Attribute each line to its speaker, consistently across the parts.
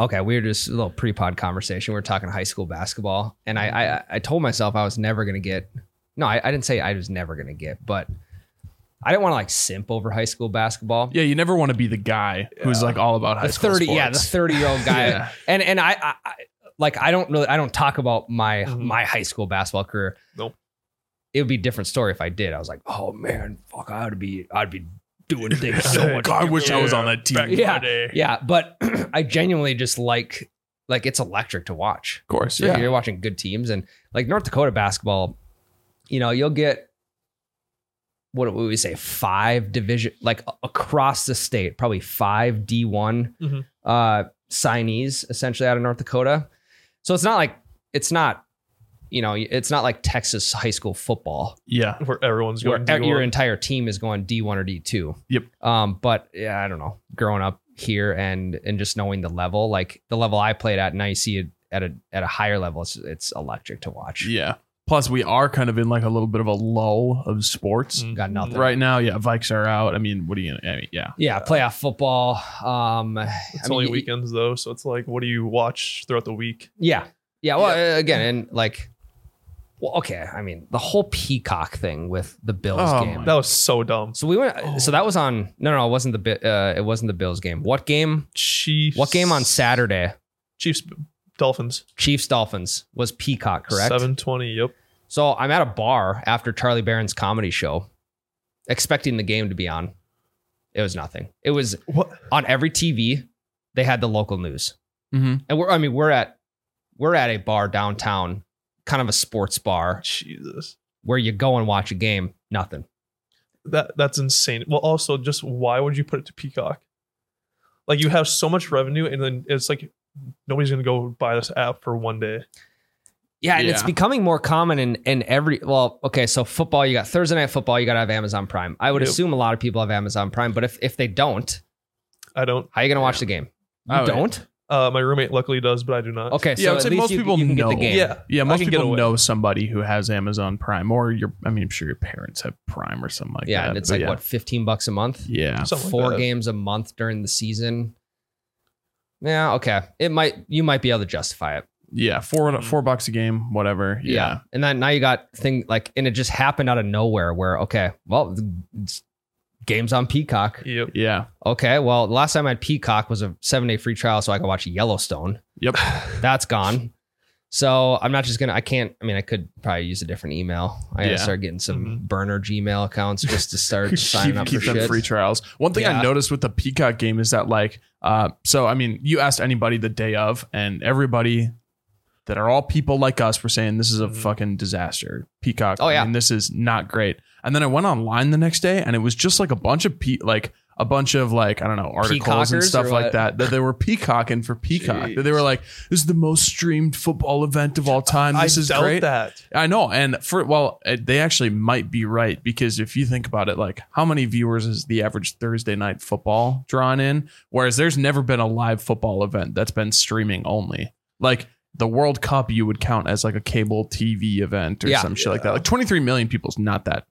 Speaker 1: okay, we were just a little pre-pod conversation. We were talking high school basketball, and I I,
Speaker 2: Mm-hmm.
Speaker 1: I told myself I was never gonna get. No, I, I didn't say I was never gonna get, but I didn't want to like simp over high school basketball.
Speaker 2: Yeah, you never want to be the guy who's like all about high
Speaker 1: the
Speaker 2: school
Speaker 1: thirty, yeah, the
Speaker 2: sports.
Speaker 1: thirty-year-old guy,
Speaker 2: Yeah.
Speaker 1: and and I, I, I like I don't really I don't talk about my
Speaker 2: Mhm.
Speaker 1: my high school basketball career.
Speaker 2: Nope.
Speaker 1: It would be a different story if I did. I was like, oh man, fuck, I'd be I'd be doing things so
Speaker 2: Yeah.
Speaker 1: much.
Speaker 2: God, I wish I was on that team.
Speaker 3: Back in
Speaker 1: Yeah.
Speaker 3: my day.
Speaker 1: Yeah, but I genuinely just like like it's electric to watch.
Speaker 2: Of course,
Speaker 1: Yeah.
Speaker 2: yeah.
Speaker 1: You're watching good teams and like North Dakota basketball, you know, you'll get what would we say, five division like a- across the state, probably five D1
Speaker 3: Mhm.
Speaker 1: uh signees essentially out of North Dakota. So it's not like it's not, you know, it's not like Texas high school football
Speaker 2: Yeah,
Speaker 3: Where everyone's
Speaker 1: where
Speaker 3: going.
Speaker 1: e- your
Speaker 3: D1.
Speaker 1: entire team is going D1 or D2.
Speaker 2: Yep.
Speaker 1: Um, but yeah, I don't know. Growing up here and and just knowing the level, like the level I played at, now you see it at a at a higher level. It's it's electric to watch.
Speaker 2: yeah. Plus, we are kind of in like a little bit of a lull of sports
Speaker 3: Mm.
Speaker 1: Got nothing.
Speaker 2: right now. Yeah, Vikes are out. I mean, what are you? I mean, yeah,
Speaker 1: Yeah, playoff football. Um,
Speaker 3: It's
Speaker 1: I mean,
Speaker 3: only
Speaker 1: y-
Speaker 3: weekends though, so it's like, what do you watch throughout the week?
Speaker 1: yeah, yeah. Well, uh, again, and like, well, okay. I mean, the whole Peacock thing with the Bills
Speaker 2: Oh
Speaker 1: game.
Speaker 2: my-
Speaker 3: That was so dumb.
Speaker 1: So we went. So that was on. No, no, it wasn't the. Bi- Uh, it wasn't the Bills game. What game?
Speaker 3: Chiefs.
Speaker 1: What game on Saturday?
Speaker 3: Chiefs, Dolphins.
Speaker 1: Chiefs Dolphins was Peacock, correct?
Speaker 3: Seven twenty. Yep.
Speaker 1: So I'm at a bar after Charlie Barron's comedy show, expecting the game to be on. It was nothing. It was
Speaker 3: What?
Speaker 1: on every TV. They had the local news,
Speaker 2: mm-hmm.
Speaker 1: and we're I mean we're at we're at a bar downtown, kind of a sports bar
Speaker 3: Jesus.
Speaker 1: where you go and watch a game. Nothing.
Speaker 3: That that's insane. Well, also, just why would you put it to Peacock? Like you have so much revenue, and then it's like nobody's gonna go buy this app for one day.
Speaker 1: Yeah, and it's
Speaker 2: Yeah.
Speaker 1: becoming more common in in every well, okay, so football, you got Thursday night football, you gotta have Amazon Prime. I would
Speaker 3: Yep.
Speaker 1: assume a lot of people have Amazon Prime, but if if they don't,
Speaker 3: I don't.
Speaker 1: how are you gonna watch the game? You
Speaker 2: I would-
Speaker 1: don't?
Speaker 3: Uh, my roommate luckily does, but I do not.
Speaker 1: Okay, so
Speaker 2: Yeah, I would
Speaker 1: at
Speaker 2: say
Speaker 1: least
Speaker 2: most
Speaker 1: you,
Speaker 2: people
Speaker 1: you can
Speaker 2: know.
Speaker 1: get the game.
Speaker 3: Yeah.
Speaker 2: Yeah,
Speaker 3: I
Speaker 2: most
Speaker 3: can get
Speaker 2: people
Speaker 3: away.
Speaker 2: know somebody who has Amazon Prime, or your. I mean, I'm sure your parents have Prime or something like
Speaker 1: yeah,
Speaker 2: that.
Speaker 1: and it's
Speaker 2: but
Speaker 1: like
Speaker 2: yeah.
Speaker 1: what fifteen bucks a month,
Speaker 2: Yeah,
Speaker 3: Something like
Speaker 1: four
Speaker 3: that.
Speaker 1: games a month during the season. Yeah, okay, it might you might be able to justify it.
Speaker 2: yeah, four
Speaker 3: Mm.
Speaker 2: four bucks a game, whatever. Yeah,
Speaker 1: and then now you got thing like, and it just happened out of nowhere where okay, well, it's games on Peacock.
Speaker 3: Yep.
Speaker 2: yeah,
Speaker 1: Okay, well, last time I had Peacock was a seven day free trial, so I could watch Yellowstone.
Speaker 2: yep.
Speaker 1: That's gone. So I'm not just gonna. I can't. I mean, I could probably use a different email. I
Speaker 2: Yeah. Mm-hmm.
Speaker 1: gotta start getting some burner Gmail accounts just to start signing
Speaker 2: keep,
Speaker 1: up
Speaker 2: keep
Speaker 1: for
Speaker 2: them
Speaker 1: shit.
Speaker 2: free trials. One thing
Speaker 1: Yeah.
Speaker 2: I noticed with the Peacock game is that like, uh, so I mean, you asked anybody the day of, and everybody that are all people like us were saying this is a
Speaker 3: Mhm.
Speaker 2: fucking disaster. Peacock.
Speaker 1: Mm-hmm. Oh, yeah.
Speaker 2: and this is not great. And then I went online the next day, and it was just like a bunch of pe- like a bunch of like I don't know articles
Speaker 1: Peacockers or
Speaker 2: and stuff
Speaker 1: what?
Speaker 2: like that that they were peacocking for Peacock. That they were like, this is the most streamed football event of all time. This
Speaker 3: I
Speaker 2: is
Speaker 3: doubt
Speaker 2: great.
Speaker 3: that.
Speaker 2: I know, and for well, it- they actually might be right because if you think about it, like how many viewers is the average Thursday night football drawn in? Whereas there's never been a live football event that's been streaming only. Like the World Cup, you would count as like a cable TV event or
Speaker 1: Yeah.
Speaker 2: some shit like that. Like 23 million people is not that,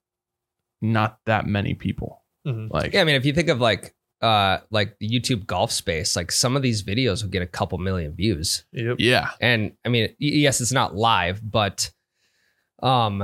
Speaker 2: not that many people.
Speaker 3: Mhm.
Speaker 2: Like
Speaker 1: Yeah, I mean, if you think of like uh like the YouTube golf space, like some of these videos will get a couple million views.
Speaker 3: Yep.
Speaker 2: yeah,
Speaker 1: And I mean, y- yes, it's not live, but um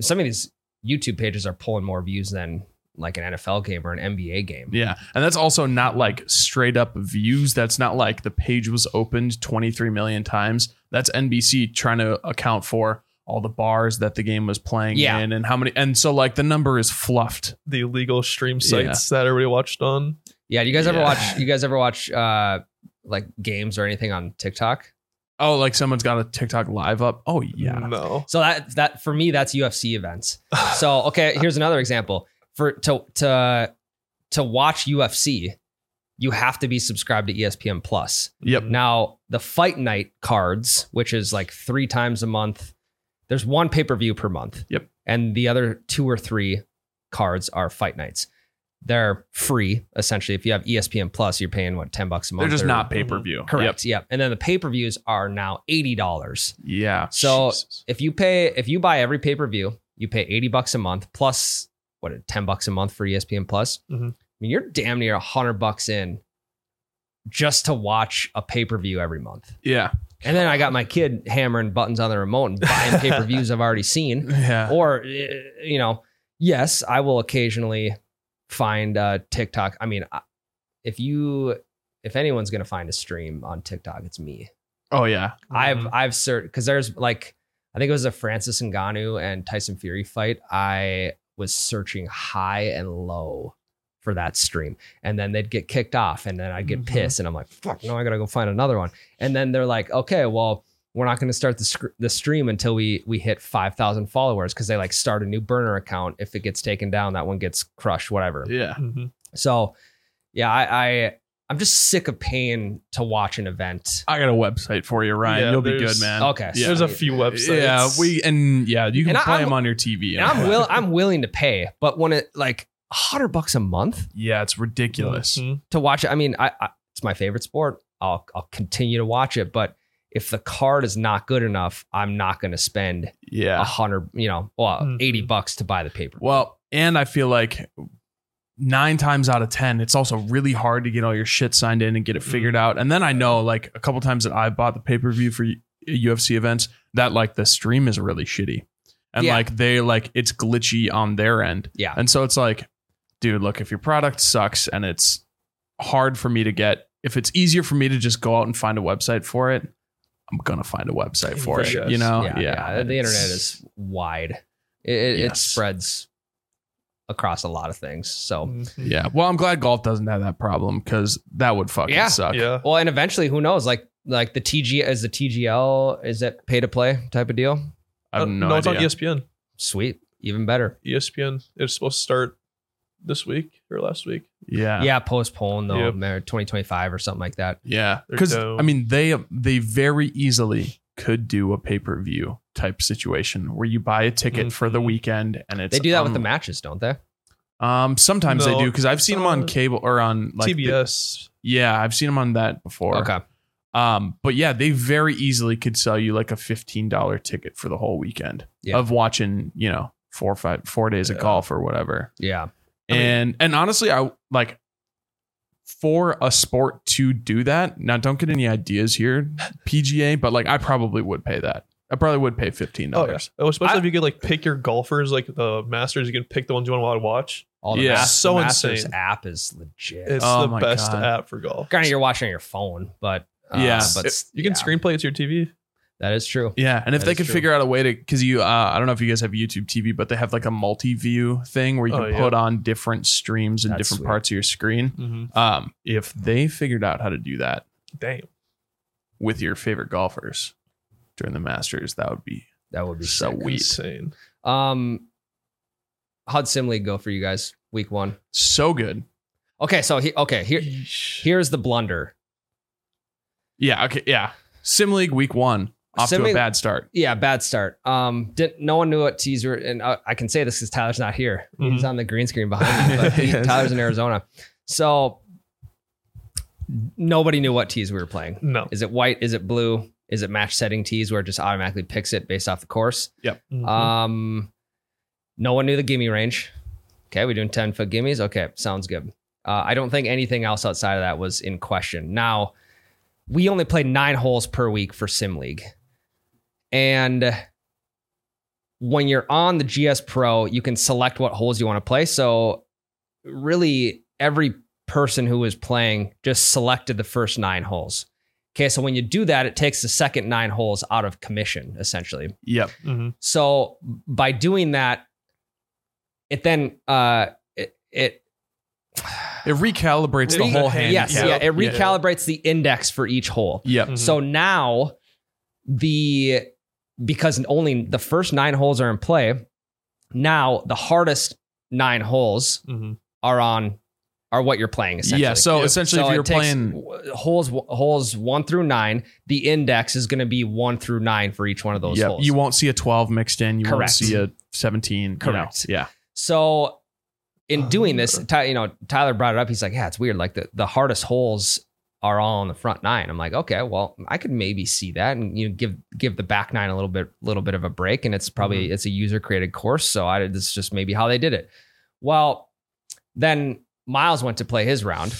Speaker 1: some of these YouTube pages are pulling more views than like an NFL game or an NBA game.
Speaker 2: Yeah. And that's also not like straight up views. That's not like the page was opened 23 million times. That's NBC trying to account for all the bars that the game was playing
Speaker 1: Yeah.
Speaker 2: in and how many. And so, like, the number is fluffed.
Speaker 3: The illegal stream sites that everybody watched on.
Speaker 1: Yeah, do you guys ever
Speaker 2: Yeah.
Speaker 1: watch you guys ever watch uh like games or anything on TikTok?
Speaker 2: Oh, like someone's got a TikTok live up. Oh, yeah.
Speaker 1: Mm-hmm.
Speaker 3: No.
Speaker 1: So that that for me that's UFC events. So okay, here's another example. For to to to watch UFC, you have to be subscribed to E ESPN Plus.
Speaker 2: Yep.
Speaker 1: Now, the fight night cards, which is like three times a month, there's one pay per view per month.
Speaker 2: Yep.
Speaker 1: And the other two or three cards are fight nights. They're free, essentially. If you have E ESPN Plus, you're paying what, 10 bucks a month?
Speaker 2: They're just
Speaker 1: or-
Speaker 2: not pay per view.
Speaker 1: Mm-hmm. Correct. Yep. And then the pay per views are now $80.
Speaker 2: Yeah.
Speaker 1: So
Speaker 2: Jesus.
Speaker 1: if you pay, if you buy every pay per view, you pay 80 bucks a month plus E what, 10 bucks a month for ESPN Plus.
Speaker 3: Mhm.
Speaker 1: I mean, you're damn near 100 bucks in just to watch a pay per view every month.
Speaker 2: Yeah.
Speaker 1: And then I got my kid hammering buttons on the remote and buying pay per views I've already seen.
Speaker 2: Yeah.
Speaker 1: or uh, you know yes i will occasionally find uh tiktok i mean I- if you if anyone's gonna find a stream on tiktok it's me
Speaker 2: Oh yeah.
Speaker 3: Mm-hmm.
Speaker 1: i've i've searched because there's like i think it was a francis Ngannou and tyson fury fight i was searching high and low for that stream and then they'd get kicked off and then i'd get
Speaker 3: Mhm.
Speaker 1: pissed and i'm like fuck no i gotta go find another one and then they're like okay well we're not going to start the, sc- the stream until we we hit 5000 followers because they like start a new burner account if it gets taken down that one gets crushed whatever
Speaker 2: Yeah.
Speaker 3: Mhm.
Speaker 1: so yeah i i i'm just sick of paying to watch an event
Speaker 2: I got a website for you, Ryan.
Speaker 3: Yeah,
Speaker 2: You'll be
Speaker 3: there's-
Speaker 2: good, man.
Speaker 1: okay
Speaker 2: Yeah.
Speaker 3: There's a
Speaker 1: sweet.
Speaker 3: few websites.
Speaker 2: Yeah, we and yeah, you can
Speaker 1: And I-
Speaker 2: play
Speaker 1: I'm-
Speaker 2: them on your TV.
Speaker 1: and i'm will i'm willing to pay but when it like 100 bucks a month
Speaker 2: Yeah, it's ridiculous.
Speaker 3: Mhm.
Speaker 1: to watch it i mean i, I it's my favorite sport i'll i'll continue to watch it but if the card is not good enough i'm not going to spend a
Speaker 2: Yeah.
Speaker 1: hundred you know well
Speaker 3: Mhm.
Speaker 1: 80 bucks to buy the paper
Speaker 2: Well, and I feel like nine times out of ten, it's also really hard to get all your shit signed in and get it
Speaker 1: Mm-hmm.
Speaker 2: figured out. And then I know like a couple times that I bought the pay per view for U- UFC events that like the stream is really shitty, and
Speaker 1: Yeah.
Speaker 2: like they like it's glitchy on their end,
Speaker 1: yeah
Speaker 2: and so it's like, dude, look, if your product sucks and it's hard for me to get, if it's easier for me to just go out and find a website for it. I'm gonna find a website for,
Speaker 3: For
Speaker 2: it,
Speaker 3: sure.
Speaker 2: you know.
Speaker 1: yeah, yeah. The internet
Speaker 2: It's-
Speaker 1: is wide. It, it, it
Speaker 2: Yes.
Speaker 1: spreads across a lot of things. So,
Speaker 3: Mhm.
Speaker 2: Yeah. Well, I'm glad golf doesn't have that problem because that would fucking
Speaker 1: Yeah.
Speaker 2: suck.
Speaker 3: Yeah.
Speaker 1: well, and eventually, who knows? Like, like the TG is the TGL is it pay to play type of deal?
Speaker 2: I have no,
Speaker 3: Uh, no, it's
Speaker 2: idea.
Speaker 3: on E ESPN.
Speaker 1: Sweet, even better.
Speaker 3: E ESPN. It's supposed to start this week or last week.
Speaker 2: yeah.
Speaker 1: yeah, postpone though,
Speaker 3: Yep.
Speaker 1: twenty twenty five or something like that.
Speaker 2: Yeah.
Speaker 3: They're
Speaker 2: Because
Speaker 3: dope.
Speaker 2: I mean, they they very easily could do a pay per view type situation where you buy a ticket for the
Speaker 3: Mhm.
Speaker 2: weekend and it's
Speaker 1: They do that with the
Speaker 2: on-
Speaker 1: matches, don't they?
Speaker 2: Um, sometimes
Speaker 3: No,
Speaker 2: they do because I've seen them on
Speaker 3: uh,
Speaker 2: cable or on like the-
Speaker 3: TBS.
Speaker 2: yeah, I've seen them on that before.
Speaker 1: Okay,
Speaker 2: Um, but yeah, they very easily could sell you like a fifteen dollar ticket for the whole weekend
Speaker 1: Yeah.
Speaker 2: of watching, you know, four or five four days of
Speaker 3: Yeah.
Speaker 2: golf or whatever.
Speaker 1: yeah,
Speaker 3: I mean-
Speaker 2: and and honestly i like for a sport to do that now don't get any ideas here pga but like i probably would pay that i probably would pay $15
Speaker 3: Oh, yeah. Oh, especially
Speaker 1: I-
Speaker 3: if you could like pick your golfers, like the Masters, you can pick the ones you want to watch.
Speaker 1: all the
Speaker 2: Yeah.
Speaker 1: Mas-
Speaker 3: So
Speaker 1: the Masters
Speaker 3: insane.
Speaker 1: app is legit.
Speaker 3: It's
Speaker 2: Oh
Speaker 3: the
Speaker 2: my
Speaker 3: best
Speaker 2: God.
Speaker 3: app for golf.
Speaker 1: Granted, you're watching on your phone, but uh,
Speaker 2: Yeah.
Speaker 1: but
Speaker 2: It-
Speaker 1: s-
Speaker 3: You can
Speaker 1: yeah,
Speaker 3: screenplay it to your TV.
Speaker 1: That is true.
Speaker 2: yeah and if
Speaker 1: That
Speaker 2: they
Speaker 1: is
Speaker 2: could
Speaker 1: true.
Speaker 2: figure out a way to because you uh, i don't know if you guys have youtube tv but they have like a multi-view thing where you can
Speaker 3: Oh, yeah.
Speaker 2: put on different streams and
Speaker 1: That's
Speaker 2: different
Speaker 1: sweet. Hmm.
Speaker 2: parts of your screen
Speaker 3: Mm-hmm.
Speaker 2: um if they figured out how to do that
Speaker 3: Damn.
Speaker 2: with your favorite golfers during the masters that would be
Speaker 1: That would be
Speaker 2: So
Speaker 1: sick.
Speaker 2: Weed.
Speaker 3: Insane.
Speaker 1: Um, how'd Sim League go for you guys week one?
Speaker 2: so good
Speaker 1: Okay, so he, okay here
Speaker 3: Yeesh.
Speaker 1: here's the blunder.
Speaker 2: yeah okay yeah sim league week one off
Speaker 1: Sim
Speaker 2: to a
Speaker 1: League-
Speaker 2: bad start
Speaker 1: Yeah, bad start. Um, didn't no one knew what teaser and uh, I, I can say this because Tyler's not here. He's
Speaker 3: Mhm.
Speaker 1: on the green screen behind me. But he-
Speaker 2: Yes.
Speaker 1: Tyler's in Arizona, so nobody knew what tees we were playing.
Speaker 3: No.
Speaker 1: Is it white? Is it blue? Is it match setting tees where it just automatically picks it based off the course?
Speaker 3: Mhm.
Speaker 1: Um, no one knew the gimme range. Okay, we're doing 10 foot gimmies. Okay, sounds good. Uh, I don't think anything else outside of that was in question. Now, we only played nine holes per week for Sim League. And when you're on the GS Pro, you can select what holes you want to play. So, really, every person who was playing just selected the first nine holes. Okay, so when you do that, it takes the second nine holes out of commission, essentially.
Speaker 2: Yep.
Speaker 3: Mhm.
Speaker 1: So by doing that, it then uh it, it
Speaker 2: It recalibrates the
Speaker 1: Re-
Speaker 2: whole hand.
Speaker 1: yes yeah, it
Speaker 2: Yeah. Mm-hmm.
Speaker 1: recalibrates the index for each hole.
Speaker 2: Yep.
Speaker 3: Mhm.
Speaker 1: So now the because only the first nine holes are in play. Now the hardest nine holes
Speaker 3: Mhm.
Speaker 1: are on are what you're playing essentially.
Speaker 2: Yeah. So
Speaker 3: Yep.
Speaker 2: essentially,
Speaker 1: So
Speaker 2: if
Speaker 1: it
Speaker 2: you're
Speaker 1: takes
Speaker 2: playing,
Speaker 1: w- holes holes one through nine, the index is going to be one through nine for each one of those
Speaker 2: yep,
Speaker 1: holes.
Speaker 2: you won't see a 12 mixed in. You won't
Speaker 1: Correct.
Speaker 2: see a 17. you know.
Speaker 1: Correct.
Speaker 2: Yeah.
Speaker 1: So in doing this,
Speaker 3: Uh.
Speaker 1: Ty, you know, Tyler brought it up. He's like, yeah, it's weird. Like the, the hardest holes are all on the front nine. I'm like, okay, well, I could maybe see that and you know, give give the back nine a little bit little bit of a break. And it's probably it's a user created course, so I it's just maybe how they did it. Well, then Miles went to play his round,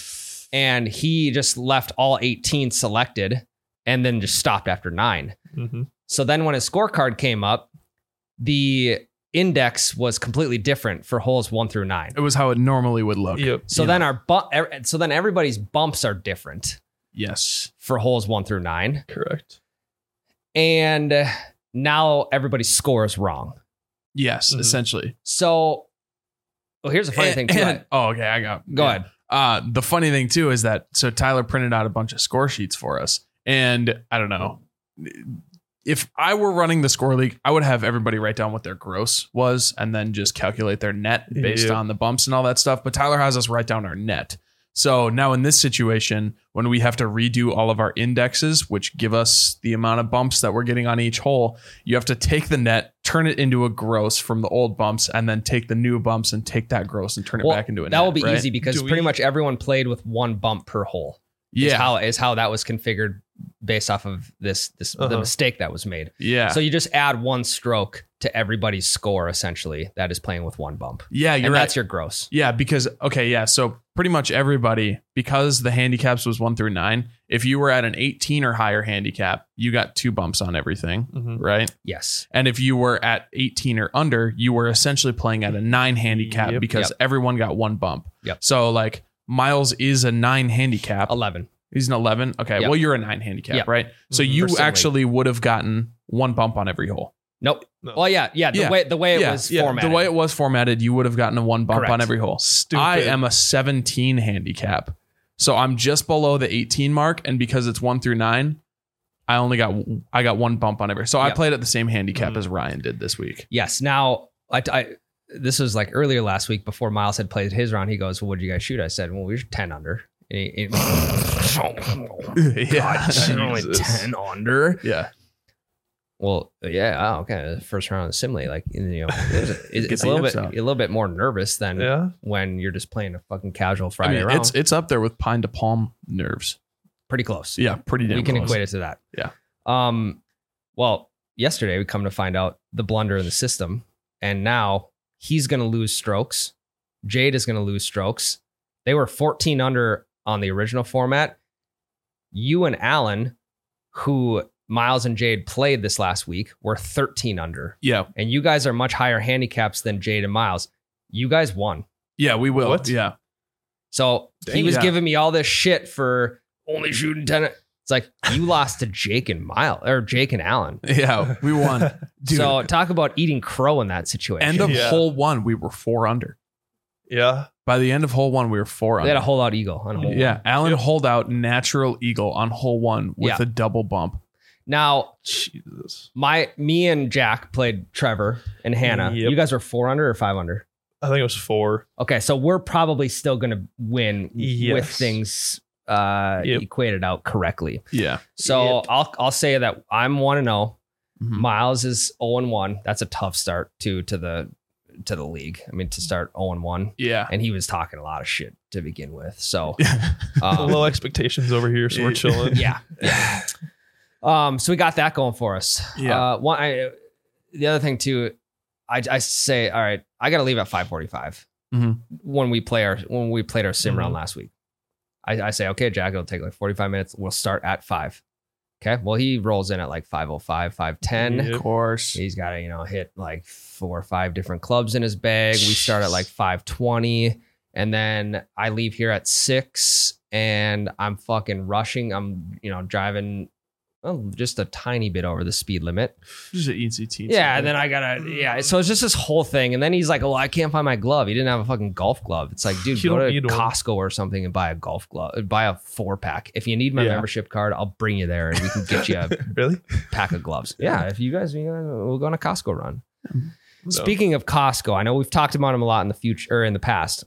Speaker 1: and he just left all 18 selected and then just stopped after nine.
Speaker 3: Mm-hmm.
Speaker 1: So then when his scorecard came up, the index was completely different for holes one through nine.
Speaker 2: It was how it normally would look.
Speaker 3: Yep.
Speaker 1: So
Speaker 2: Yeah.
Speaker 1: then our bu- er- so then everybody's bumps are different
Speaker 2: Yes.
Speaker 1: for holes one through nine,
Speaker 3: Correct.
Speaker 1: and uh, now everybody's score is wrong.
Speaker 2: Yes.
Speaker 1: Mm-hmm.
Speaker 3: Mhm.
Speaker 2: Essentially.
Speaker 1: So, oh, here's a funny
Speaker 2: And-
Speaker 1: thing too.
Speaker 2: and- oh, okay. I got.
Speaker 1: Go
Speaker 2: yeah.
Speaker 1: ahead.
Speaker 2: Uh, the funny thing too is that so Tyler printed out a bunch of score sheets for us, and I don't know if I were running the score league, I would have everybody write down what their gross was and then just calculate their net based
Speaker 3: Yeah.
Speaker 2: on the bumps and all that stuff. But Tyler has us write down our net. So now in this situation, when we have to redo all of our indexes, which give us the amount of bumps that we're getting on each hole, you have to take the net, turn it into a gross from the old bumps, and then take the new bumps and take that gross and turn it
Speaker 1: Well,
Speaker 2: back into a net.
Speaker 1: That will be
Speaker 2: right?
Speaker 1: easy because
Speaker 3: Do
Speaker 1: pretty
Speaker 3: we-
Speaker 1: much everyone played with one bump per hole. is
Speaker 2: Yeah.
Speaker 1: how is how that was configured based off of this this the
Speaker 3: Uh-huh.
Speaker 1: mistake that was made.
Speaker 2: yeah.
Speaker 1: So you just add one stroke to everybody's score essentially that is playing with one bump.
Speaker 2: yeah,
Speaker 1: And
Speaker 2: you're right.
Speaker 1: that's your gross.
Speaker 2: Yeah, because okay, yeah. So pretty much everybody, because the handicaps was one through nine, if you were at an 18 or higher handicap, you got two bumps on everything,
Speaker 3: Mm-hmm.
Speaker 2: right?
Speaker 1: Yes.
Speaker 2: And if you were at 18 or under, you were essentially playing at a nine handicap
Speaker 3: Yep.
Speaker 2: because
Speaker 1: Yep.
Speaker 2: everyone got one bump.
Speaker 1: Yep.
Speaker 2: So like Miles is a nine handicap.
Speaker 1: 11.
Speaker 2: He's an 11. Okay.
Speaker 1: Yep.
Speaker 2: Well, you're a nine handicap,
Speaker 1: Yep.
Speaker 2: right? So
Speaker 3: Mhm.
Speaker 2: you
Speaker 1: Personally.
Speaker 2: actually would have gotten one bump on every hole.
Speaker 1: Nope.
Speaker 3: No.
Speaker 1: Well yeah, yeah, the
Speaker 2: Yeah.
Speaker 1: way the way it
Speaker 2: yeah,
Speaker 1: was
Speaker 2: yeah.
Speaker 1: formatted.
Speaker 2: The way it was formatted, you would have gotten a one bump on
Speaker 1: Correct.
Speaker 2: every hole.
Speaker 3: Stupid.
Speaker 2: I am a 17 handicap. So I'm just below the 18 mark. And because it's one through nine, I only got I got one bump on every. So I
Speaker 1: Yeah. Mm-hmm.
Speaker 2: played at the same handicap
Speaker 3: Mhm.
Speaker 2: as Ryan did this week.
Speaker 1: yes. Now I, I this was like earlier last week before Miles had played his round. He goes, Well, what'd you guys shoot? I said, Well, we were 10 under. And he, and-
Speaker 2: yeah.
Speaker 1: God, you're only
Speaker 3: Jesus.
Speaker 1: 10 under.
Speaker 2: Yeah.
Speaker 1: Well, yeah, oh, okay. First round of simile, like you know, there's a-
Speaker 2: Get
Speaker 1: it's, it's a
Speaker 2: the
Speaker 1: little
Speaker 2: yips
Speaker 1: bit
Speaker 2: out.
Speaker 1: a little bit more nervous than
Speaker 3: Yeah.
Speaker 1: when you're just playing a fucking casual
Speaker 2: I
Speaker 1: Friday
Speaker 2: mean,
Speaker 1: round.
Speaker 2: it's it's up there with pine to palm nerves.
Speaker 1: pretty close.
Speaker 2: Yeah, pretty damn
Speaker 1: we can
Speaker 2: close.
Speaker 1: equate it to that.
Speaker 2: Yeah.
Speaker 1: Um. Well, yesterday we come to find out the blunder in the system, and now he's going to lose strokes. Jade is going to lose strokes. They were 14 under on the original format. You and Alan, who Miles and Jade played this last week, were 13 under
Speaker 2: Yeah.
Speaker 1: and you guys are much higher handicaps than Jade and Miles. You guys won.
Speaker 2: Yeah, we will.
Speaker 3: What?
Speaker 2: Yeah.
Speaker 1: So he
Speaker 2: Dang.
Speaker 1: was
Speaker 2: Yeah.
Speaker 1: giving me all this shit for only shooting 10. It's like you lost to Jake and Miles or Jake and Allen.
Speaker 2: Yeah. We won. Dude.
Speaker 1: So talk about eating crow in that situation.
Speaker 2: end of
Speaker 3: Yeah.
Speaker 2: hole one, we were four under.
Speaker 3: yeah.
Speaker 2: By the end of hole one, we were four
Speaker 1: they had
Speaker 2: under.
Speaker 1: a whole lot of eagle on a whole.
Speaker 2: yeah. Alan holdout natural eagle on hole one with
Speaker 1: Yeah.
Speaker 2: a double bump.
Speaker 1: Now
Speaker 3: Jesus.
Speaker 1: my me and Jack played Trevor and Hannah.
Speaker 3: Yep.
Speaker 1: You guys were four under or five under.
Speaker 3: I think it was four.
Speaker 1: Okay, so we're probably still gonna win with
Speaker 3: Yes.
Speaker 1: things uh
Speaker 3: Yep.
Speaker 1: equated out correctly.
Speaker 2: Yeah.
Speaker 1: So
Speaker 3: Yep.
Speaker 1: I'll I'll say that I'm one and zero.
Speaker 2: Mhm.
Speaker 1: Miles is 0 and 1. That's a tough start to to the to the league. I mean, to start 0 and 1.
Speaker 2: Yeah.
Speaker 1: And he was talking a lot of shit to begin with. So
Speaker 3: Low
Speaker 1: um,
Speaker 3: expectations over here, so we're chilling.
Speaker 1: yeah. Yeah. Um, so we got that going for us.
Speaker 2: Yeah.
Speaker 1: Uh, one, I, the other thing too, I, I say, all right, I got to leave at 545
Speaker 2: Mhm.
Speaker 1: when we play our, when we played our sim round last week. I, I say, okay, Jack, it'll take like 45 minutes. We'll start at five. Okay. Well, he rolls in at like 505, 510.
Speaker 3: Yep.
Speaker 2: Of course.
Speaker 1: He's got to, you know, hit like four or five different clubs in his bag. We start at like 520. And then I leave here at six and I'm fucking rushing. I'm, you know, driving well, just a tiny bit over the speed limit.
Speaker 2: Just an easy team.
Speaker 1: yeah. And then I got to, yeah. So it's just this whole thing. And then he's like, oh, I can't find my glove. He didn't have a fucking golf glove. It's like, dude,
Speaker 3: You
Speaker 1: go
Speaker 3: don't
Speaker 1: to
Speaker 3: need one.
Speaker 1: Costco or something and buy a golf glove, buy a four pack. If you need my
Speaker 2: Yeah.
Speaker 1: membership card, I'll bring you there and we can get you a
Speaker 3: Really?
Speaker 1: pack of gloves. Yeah, if you guys, you guys we'll go on a Costco run.
Speaker 3: No.
Speaker 1: Speaking of Costco, I know we've talked about them a lot in the future or in the past,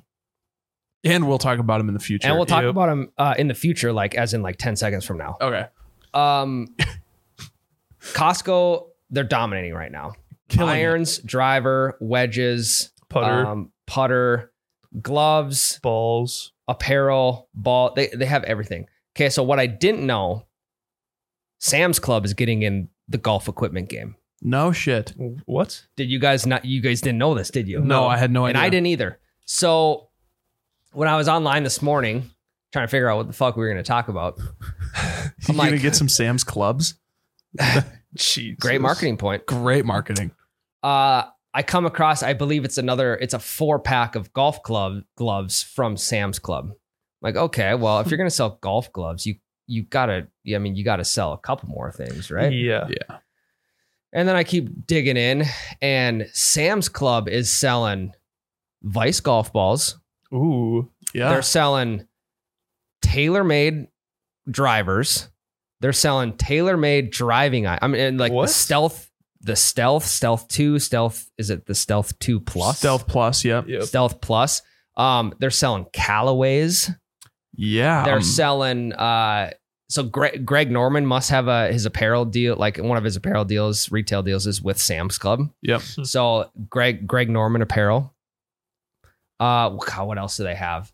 Speaker 2: and we'll talk about him in the future.
Speaker 1: and we'll talk
Speaker 3: Yep.
Speaker 1: about them uh, in the future, like as in like ten seconds from now.
Speaker 2: okay.
Speaker 1: Um, Costco, they're dominating right now.
Speaker 2: Killing it.
Speaker 1: Irons, driver, wedges,
Speaker 3: putter,
Speaker 1: um, putter, gloves,
Speaker 3: balls.
Speaker 1: apparel, ball. They they have everything. Okay, so what I didn't know, Sam's Club is getting in the golf equipment game.
Speaker 2: No shit.
Speaker 3: What?
Speaker 1: Did you guys not? You guys didn't know this, did you?
Speaker 2: No, I had no
Speaker 1: and
Speaker 2: idea.
Speaker 1: I didn't either. So when I was online this morning trying to figure out what the fuck we were going to talk about.
Speaker 2: You
Speaker 1: I'm like-
Speaker 2: gonna get some Sam's clubs?
Speaker 3: Jeez.
Speaker 1: Great marketing point.
Speaker 2: Great marketing.
Speaker 1: Uh, I come across, I believe it's another, it's a four pack of golf club gloves from Sam's Club. Like, okay, well, if you're going to sell golf gloves, you you gotta, I mean, you gotta sell a couple more things, right?
Speaker 3: Yeah.
Speaker 1: And then I keep digging in, and Sam's Club is selling Vice golf balls.
Speaker 3: Ooh.
Speaker 2: Yeah.
Speaker 1: They're selling tailor-made drivers. They're selling tailor-made driving. eye- I mean, and like
Speaker 3: What?
Speaker 1: the stealth, the stealth, stealth two, stealth. Is it the stealth two plus?
Speaker 2: Stealth Plus. Yep.
Speaker 3: Yep.
Speaker 1: stealth plus. Um, they're selling Callaways.
Speaker 2: Yeah.
Speaker 1: They're
Speaker 2: um,
Speaker 1: selling. Uh, so Greg, Greg Norman must have a his apparel deal. Like one of his apparel deals, retail deals, is with Sam's Club.
Speaker 2: Yep.
Speaker 1: So Greg Greg Norman apparel. Uh, God, what else do they have?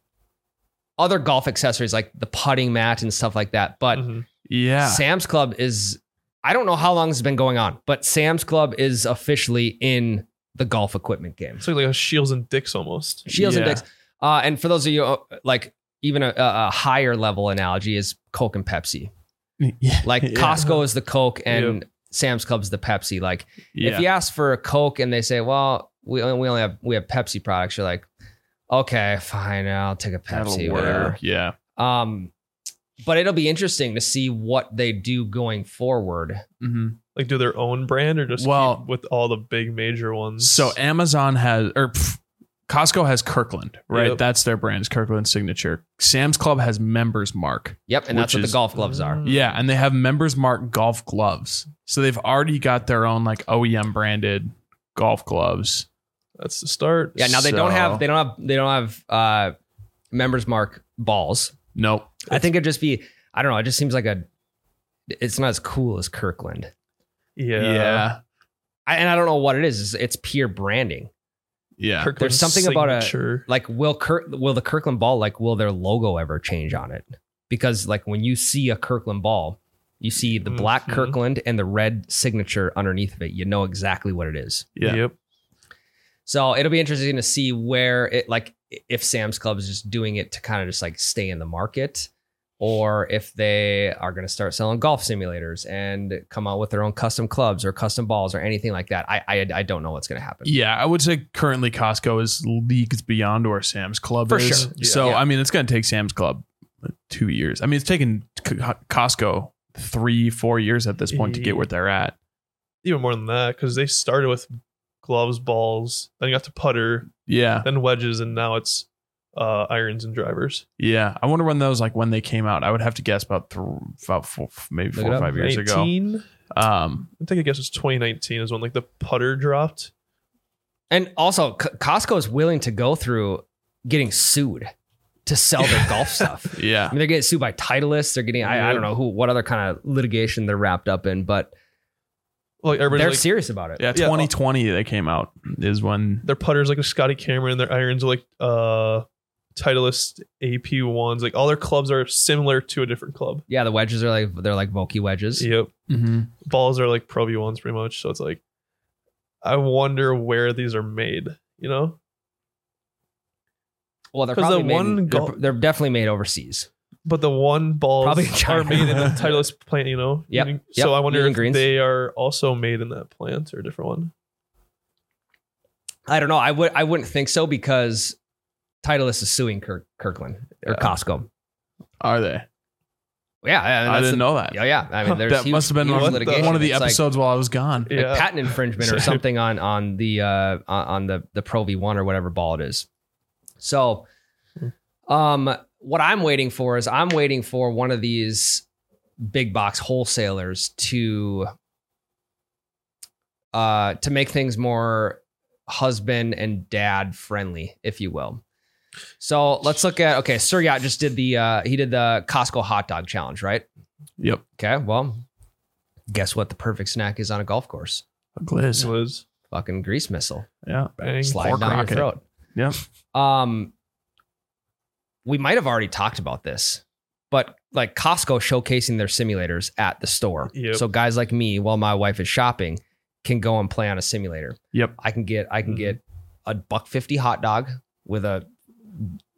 Speaker 1: Other golf accessories like the putting mat and stuff like that. But
Speaker 3: Mhm.
Speaker 2: yeah.
Speaker 1: Sam's Club is. I don't know how long this has been going on, but Sam's Club is officially in the golf equipment game.
Speaker 3: It's like, like a shields and dicks almost.
Speaker 1: Shields and
Speaker 2: Yeah.
Speaker 1: dicks. Uh, and for those of you uh, like even a, a higher level analogy is Coke and Pepsi.
Speaker 2: Yeah.
Speaker 1: Like
Speaker 2: Yeah.
Speaker 1: Costco is the Coke and Sam's Club's the Pepsi. Like if you ask for a Coke and they say, "Well, we only, we only have we have Pepsi products," you're like, "Okay, fine, I'll take a
Speaker 2: That'll
Speaker 1: Pepsi."
Speaker 2: work.
Speaker 1: whatever."
Speaker 2: Yeah.
Speaker 1: Um, but it'll be interesting to see what they do going forward.
Speaker 2: hmm
Speaker 3: Like do their own brand or just
Speaker 2: Well-
Speaker 3: keep with all the big major ones.
Speaker 2: So
Speaker 1: eh,
Speaker 2: Amazon has or pff, Costco has Kirkland, right?
Speaker 3: Yep.
Speaker 2: That's their brand, is Kirkland Signature. Sam's Club has Members Mark.
Speaker 1: Yep, and that's
Speaker 2: Which
Speaker 1: what
Speaker 2: is-
Speaker 1: the golf gloves are.
Speaker 3: Mm.
Speaker 2: Yeah, and they have Members Mark golf gloves. So they've already got their own like OEM branded golf gloves.
Speaker 3: That's the start.
Speaker 1: Yeah. Now they don't
Speaker 2: So-
Speaker 1: have they don't have they don't have uh, members mark balls.
Speaker 2: Nope.
Speaker 1: I think it'd just be, I don't know, it just seems like a, it's not as cool as Kirkland.
Speaker 3: Yeah.
Speaker 2: Yeah.
Speaker 1: I, and I don't know what it is. It's, it's pure branding.
Speaker 2: Yeah.
Speaker 3: Kirkland
Speaker 1: There's something about a-
Speaker 3: signature.
Speaker 1: Like, will Kirk, will the Kirkland ball, like, will their logo ever change on it? Because, like, when you see a Kirkland ball, you see the black
Speaker 3: Mhm.
Speaker 1: Kirkland and the red signature underneath of it. You know exactly what it is.
Speaker 2: Yeah.
Speaker 3: Yep.
Speaker 1: So it'll be interesting to see where it, like, if Sam's Club is just doing it to kind of just like stay in the market. or if they are going to start selling golf simulators and come out with their own custom clubs or custom balls or anything like that. I I, I don't know what's going to happen.
Speaker 2: Yeah, I would say currently Costco is leagues beyond where Sam's Club
Speaker 1: For
Speaker 2: is.
Speaker 1: sure.
Speaker 3: Yeah.
Speaker 2: So
Speaker 1: Yeah.
Speaker 2: I mean, it's going to take Sam's Club uh, two years. I mean, it's taken C- Costco three, four years at this point to get where they're at.
Speaker 3: Even more than that, because they started with gloves, balls, then you got to putter,
Speaker 2: Yeah,
Speaker 3: then wedges, and now it's uh, irons and drivers.
Speaker 2: yeah. I wonder when those like when they came out. I would have to guess about th- about four, maybe
Speaker 1: Look
Speaker 2: four
Speaker 1: it
Speaker 2: or
Speaker 1: up.
Speaker 2: five years ago.
Speaker 3: 19?
Speaker 2: Um,
Speaker 3: I think I guess it's 2019 is when like the putter dropped.
Speaker 1: And also, C- Costco is willing to go through getting sued to sell their golf stuff. I
Speaker 2: yeah,
Speaker 1: mean, they're getting sued by Titleist. They're getting I, I don't know who what other kind of litigation they're wrapped up in, but
Speaker 3: Like
Speaker 1: they're
Speaker 3: everybody's like,
Speaker 1: serious about it.
Speaker 2: yeah.
Speaker 3: Yeah.
Speaker 2: Twenty twenty, they came out is when.
Speaker 3: their putters like a Scotty Cameron, their irons are like uh Titleist AP ones. Like all their clubs are similar to a different club.
Speaker 1: Yeah, the wedges are like they're like Vokey wedges.
Speaker 3: Yep.
Speaker 1: Mm-hmm.
Speaker 3: Balls are like Pro V ones pretty much. So it's like I wonder where these are made, you know?
Speaker 1: Well, they're
Speaker 3: 'Cause
Speaker 1: probably
Speaker 3: the
Speaker 1: made in-
Speaker 3: one
Speaker 1: they're-
Speaker 3: gol-
Speaker 1: they're definitely made overseas.
Speaker 3: But the one balls
Speaker 1: Probably
Speaker 3: are
Speaker 1: China.
Speaker 3: made in a Titleist plant, you know?
Speaker 1: Yep,
Speaker 3: Union-
Speaker 1: yep,
Speaker 3: So I wonder
Speaker 1: Union
Speaker 3: if
Speaker 1: Greens.
Speaker 3: they are also made in that plant or a different one.
Speaker 1: I don't know. I would I wouldn't think so because Titleist is suing Kirk, Kirkland or
Speaker 3: Yeah.
Speaker 1: Costco.
Speaker 2: Are they?
Speaker 1: Yeah, yeah, and
Speaker 2: I
Speaker 1: that's
Speaker 2: didn't
Speaker 1: the,
Speaker 2: know that.
Speaker 1: Yeah, yeah. I mean, there's
Speaker 2: that
Speaker 1: huge-
Speaker 2: must have been
Speaker 1: huge
Speaker 2: one,
Speaker 1: litigation.
Speaker 2: one of the
Speaker 1: It's like-
Speaker 2: episodes while I was gone.
Speaker 1: like,
Speaker 3: Yeah.
Speaker 1: patent infringement or something on on the uh, on on the the Pro V one or whatever ball it is. So, um, what I'm waiting for is I'm waiting for one of these big box wholesalers to uh to make things more husband and dad friendly, if you will. So let's look at okay, Sir Yacht just did the uh he did the Costco hot dog challenge, right?
Speaker 2: Yep.
Speaker 1: Okay, well, guess what the perfect snack is on a golf course?
Speaker 2: Gliz.
Speaker 3: was
Speaker 1: Fucking grease missile.
Speaker 2: Yeah.
Speaker 3: bang.
Speaker 1: Slide
Speaker 2: Fork
Speaker 1: down
Speaker 2: rocket.
Speaker 1: your throat.
Speaker 2: Yep.
Speaker 1: Um we might have already talked about this, but like Costco showcasing their simulators at the store.
Speaker 3: Yep.
Speaker 1: So guys like me, while my wife is shopping, can go and play on a simulator.
Speaker 2: Yep. Mm-hmm.
Speaker 1: I can get I can
Speaker 3: Mhm.
Speaker 1: get a buck fifty hot dog with a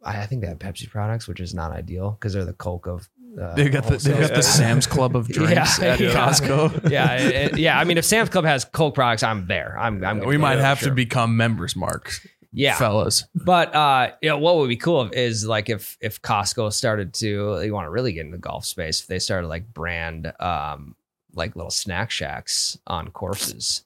Speaker 1: I I think they have Pepsi products, which is not ideal because they're the Coke of. Uh,
Speaker 2: They got the, they got
Speaker 1: wholesale.
Speaker 2: the Sam's Club of drinks
Speaker 1: Yeah,
Speaker 2: at
Speaker 1: yeah.
Speaker 2: Costco.
Speaker 1: yeah, it- it- yeah. I mean, if Sam's Club has Coke products, I'm there. I'm. I'm
Speaker 2: we might have to
Speaker 1: be.
Speaker 2: become members, Mark.
Speaker 1: Yeah,
Speaker 2: fellas.
Speaker 1: but uh, you know, what would be cool is like if if Costco started to you want to really get into the golf space, if they started like brand um like little snack shacks on courses,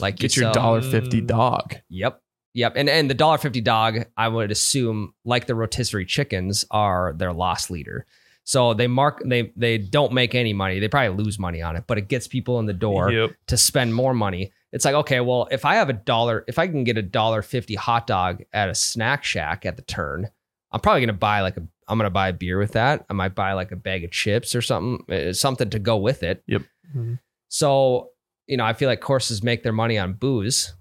Speaker 1: like
Speaker 2: Get
Speaker 1: you
Speaker 2: your
Speaker 1: sell-
Speaker 2: dollar fifty dog.
Speaker 1: Yep, yep, and and the dollar fifty dog, I would assume like the rotisserie chickens are their loss leader. So they mark they they don't make any money. They probably lose money on it, but it gets people in the door
Speaker 3: Yep.
Speaker 1: to spend more money. It's like, okay, well, if I have a dollar, if I can get a dollar fifty hot dog at a snack shack at the turn, I'm probably gonna buy like a I'm gonna buy a beer with that. I might buy like a bag of chips or something, uh, something to go with it.
Speaker 2: Yep.
Speaker 3: Mhm.
Speaker 1: So, you know, I feel like courses make their money on booze.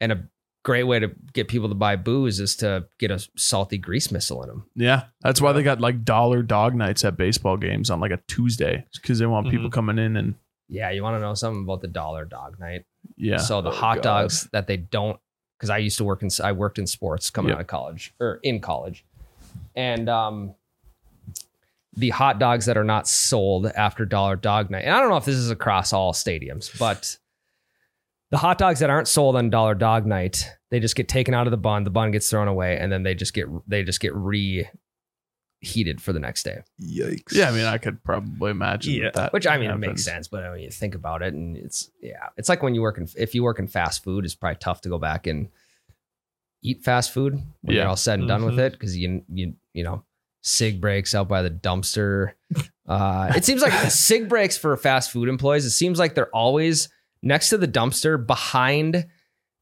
Speaker 1: And a great way to get people to buy booze is to get a salty grease missile in them.
Speaker 2: Yeah, that's why they got like dollar dog nights at baseball games on like a Tuesday because they want
Speaker 1: Mm-hmm.
Speaker 2: people coming in and
Speaker 1: Yeah, you want to know something about the dollar dog night?
Speaker 2: yeah.
Speaker 1: So the
Speaker 2: Oh,
Speaker 1: hot
Speaker 2: God.
Speaker 1: dogs that they don't, because I used to work in, I worked in sports coming
Speaker 2: Yep.
Speaker 1: out of college or in college, and um, the hot dogs that are not sold after Dollar Dog Night, and I don't know if this is across all stadiums, but the hot dogs that aren't sold on Dollar Dog Night, they just get taken out of the bun, the bun gets thrown away, and then they just get they just get reheated for the next day.
Speaker 3: Yikes.
Speaker 2: Yeah, I mean, I could probably imagine
Speaker 3: Yeah.
Speaker 2: that.
Speaker 1: Which I mean, it
Speaker 2: happens.
Speaker 1: makes sense, but I mean, you think about it, and it's yeah, it's like when you work in if you work in fast food, it's probably tough to go back and eat fast food when you're
Speaker 2: Yeah.
Speaker 1: all said and done with
Speaker 3: Mhm.
Speaker 1: it because you you you know sig breaks out by the dumpster. Uh, it seems like sig breaks for fast food employees. It seems like they're always next to the dumpster behind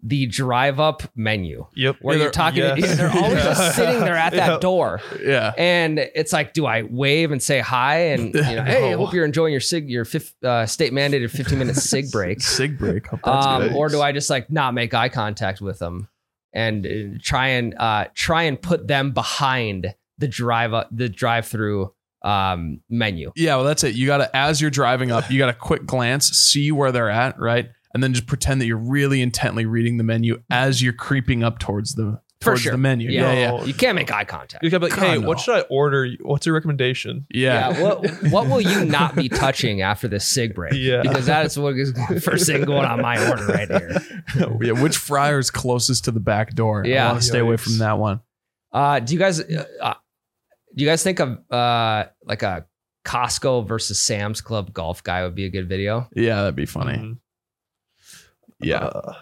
Speaker 1: the drive up menu
Speaker 3: Yep.
Speaker 1: where you're talking. to-
Speaker 3: yes.
Speaker 1: they're always
Speaker 3: Yeah.
Speaker 1: just sitting there at that
Speaker 3: Yeah.
Speaker 1: door.
Speaker 2: Yeah,
Speaker 1: And it's like, do I wave and say hi and you know, hey, I
Speaker 2: No.
Speaker 1: hope you're enjoying your sig your fif- uh, state mandated 15 minute sig break,
Speaker 2: sig break. Hope that's good.
Speaker 1: um, or do I just like not make eye contact with them and uh, try and uh, try and put them behind the drive up the drive through um, menu?
Speaker 2: Yeah, well, that's it. You got to, as you're driving up, you got to quick glance, see where they're at, right? And then just pretend that you're really intently reading the menu as you're creeping up towards the
Speaker 1: For
Speaker 2: towards
Speaker 1: sure.
Speaker 2: the menu.
Speaker 1: Yeah.
Speaker 2: Yeah, yeah, yeah.
Speaker 3: No.
Speaker 1: You can't make eye contact.
Speaker 3: You gotta be like, hey,
Speaker 2: God,
Speaker 3: what
Speaker 2: no.
Speaker 3: should I order? What's your recommendation?
Speaker 1: Yeah. What what will you not be touching after this sig break?
Speaker 3: Yeah.
Speaker 1: Because that is what is first thing going on my order right here.
Speaker 2: Yeah, Which fryer is closest to the back door?
Speaker 1: Yeah.
Speaker 2: I want to stay away
Speaker 3: Yikes.
Speaker 2: from that one.
Speaker 1: Uh, do you guys uh, uh, do you guys think of uh, like a Costco versus Sam's Club golf guy would be a good video?
Speaker 2: Yeah, that'd be funny.
Speaker 3: Mhm.
Speaker 2: Yeah.
Speaker 3: Uh,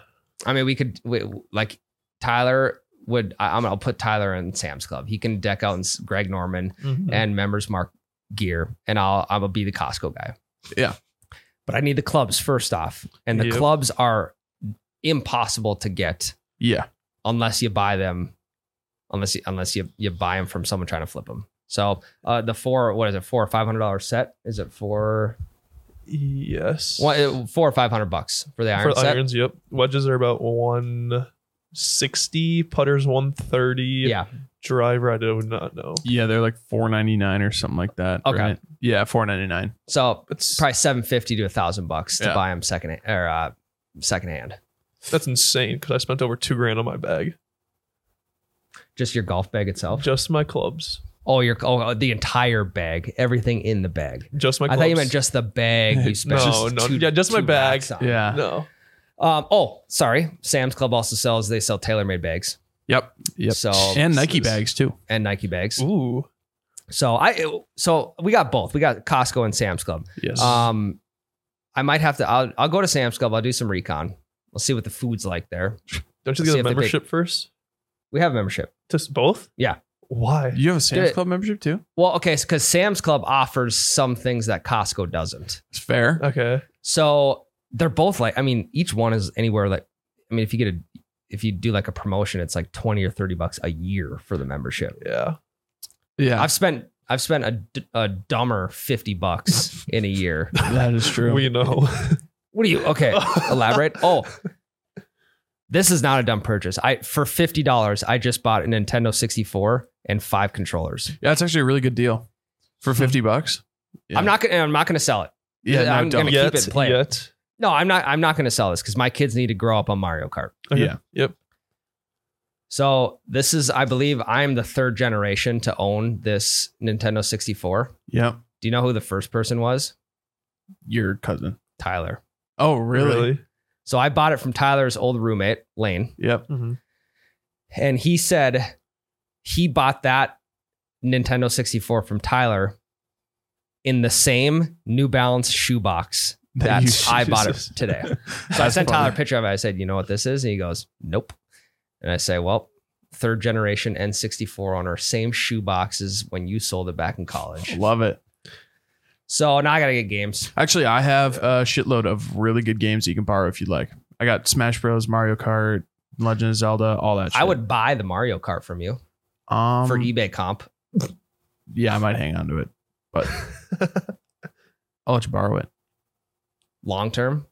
Speaker 1: I mean, we could we, like Tyler would. I, I'm gonna put Tyler in Sam's Club. He can deck out in S- Greg Norman
Speaker 3: mhm.
Speaker 1: and members mark gear, and I'll I'm gonna be the Costco guy.
Speaker 2: Yeah.
Speaker 1: but I need the clubs first off, and the
Speaker 3: Yep.
Speaker 1: clubs are impossible to get
Speaker 2: Yeah.
Speaker 1: unless you buy them, unless you, unless you you buy them from someone trying to flip them. So uh, the four, what is it, four or five hundred dollar set? Is it four,
Speaker 3: yes.
Speaker 1: one, uh, four or five hundred bucks for the iron
Speaker 3: for
Speaker 1: set?
Speaker 3: irons, yep. Wedges are about 160, putters 130.
Speaker 1: Yeah,
Speaker 3: Driver, I do not know.
Speaker 2: Yeah, they're like four ninety nine or something like that.
Speaker 1: Okay.
Speaker 2: Right? Yeah, four ninety nine.
Speaker 1: so
Speaker 3: That's
Speaker 1: probably seven fifty to a thousand bucks to
Speaker 2: Yeah.
Speaker 1: buy them second or uh, second hand.
Speaker 3: that's insane because I spent over two grand on my bag.
Speaker 1: Just your golf bag itself.
Speaker 3: Just my clubs.
Speaker 1: Oh, your oh the entire bag, everything in the bag.
Speaker 3: Just my
Speaker 1: I
Speaker 3: clubs.
Speaker 1: thought you meant just the bag you spent.
Speaker 3: No, no. Yeah, just my
Speaker 1: two
Speaker 3: bag.
Speaker 1: racks on.
Speaker 2: Yeah.
Speaker 3: No.
Speaker 1: Um, oh, sorry. Sam's Club also sells. They sell tailor-made bags
Speaker 2: Yep. Yep.
Speaker 1: So-
Speaker 2: and Nike bags too.
Speaker 1: and Nike bags.
Speaker 3: Ooh.
Speaker 1: So I so we got both. We got Costco and Sam's Club.
Speaker 2: Yes.
Speaker 1: Um, I might have to. I'll, I'll go to Sam's Club. I'll do some recon. We'll see what the food's like there.
Speaker 3: Don't
Speaker 1: Let's
Speaker 3: you
Speaker 1: see
Speaker 3: get
Speaker 1: if
Speaker 3: a
Speaker 1: they
Speaker 3: membership first?
Speaker 1: We have membership.
Speaker 3: Just both?
Speaker 1: Yeah.
Speaker 3: Why?
Speaker 2: you have a Sam's
Speaker 1: Dude.
Speaker 2: Club membership too.
Speaker 1: Well, okay, because Sam's Club offers some things that Costco doesn't.
Speaker 2: It's fair.
Speaker 3: Okay.
Speaker 1: So they're both like. I mean, each one is anywhere like. I mean, if you get a, if you do like a promotion, it's like twenty or thirty bucks a year for the membership.
Speaker 3: Yeah.
Speaker 2: yeah,
Speaker 1: I've spent I've spent a, d- a dumber fifty bucks in a year.
Speaker 2: that is true.
Speaker 3: We know.
Speaker 1: What do you? Okay, elaborate. Oh, this is not a dumb purchase. I for fifty dollars, I just bought a Nintendo sixty four and five controllers.
Speaker 2: yeah, it's actually a really good deal
Speaker 3: Hmm.
Speaker 2: for fifty bucks. Yeah.
Speaker 1: I'm not gonna. I'm not gonna sell it.
Speaker 2: Yeah, no,
Speaker 1: I'm
Speaker 2: don't.
Speaker 1: gonna keep
Speaker 3: yet.
Speaker 1: it playing.
Speaker 3: Yet.
Speaker 1: No, I'm not. I'm not gonna sell this because my kids need to grow up on Mario Kart.
Speaker 2: Yeah.
Speaker 3: Yep.
Speaker 1: So this is, I believe, I'm the third generation to own this Nintendo 64.
Speaker 2: Yep.
Speaker 1: Do you know who the first person was?
Speaker 2: Your cousin.
Speaker 1: Tyler.
Speaker 2: Oh, really?
Speaker 1: So I bought it from Tyler's old roommate, Lane,
Speaker 2: Yep.
Speaker 1: Mm-hmm.
Speaker 3: Mhm.
Speaker 1: and he said he bought that Nintendo 64 from Tyler in the same New Balance shoebox that
Speaker 2: That you-
Speaker 1: I bought it
Speaker 2: Jesus.
Speaker 1: today. So I
Speaker 2: That's
Speaker 1: sent Tyler a
Speaker 2: funny.
Speaker 1: picture of it. I said, "You know what this is?" And he goes, "Nope." And I say, "Well, third generation N64 on our same shoe boxes when you sold it back in college."
Speaker 2: Love it.
Speaker 1: So now I gotta get games.
Speaker 2: Actually, I have a shitload of really good games you can borrow if you'd like. I got Smash Bros, Mario Kart, Legend of Zelda, all that. Shit.
Speaker 1: I would buy the Mario Kart from you
Speaker 2: um,
Speaker 1: for eBay comp.
Speaker 2: Yeah, I might hang on to it, but I'll let you borrow it
Speaker 1: Long term,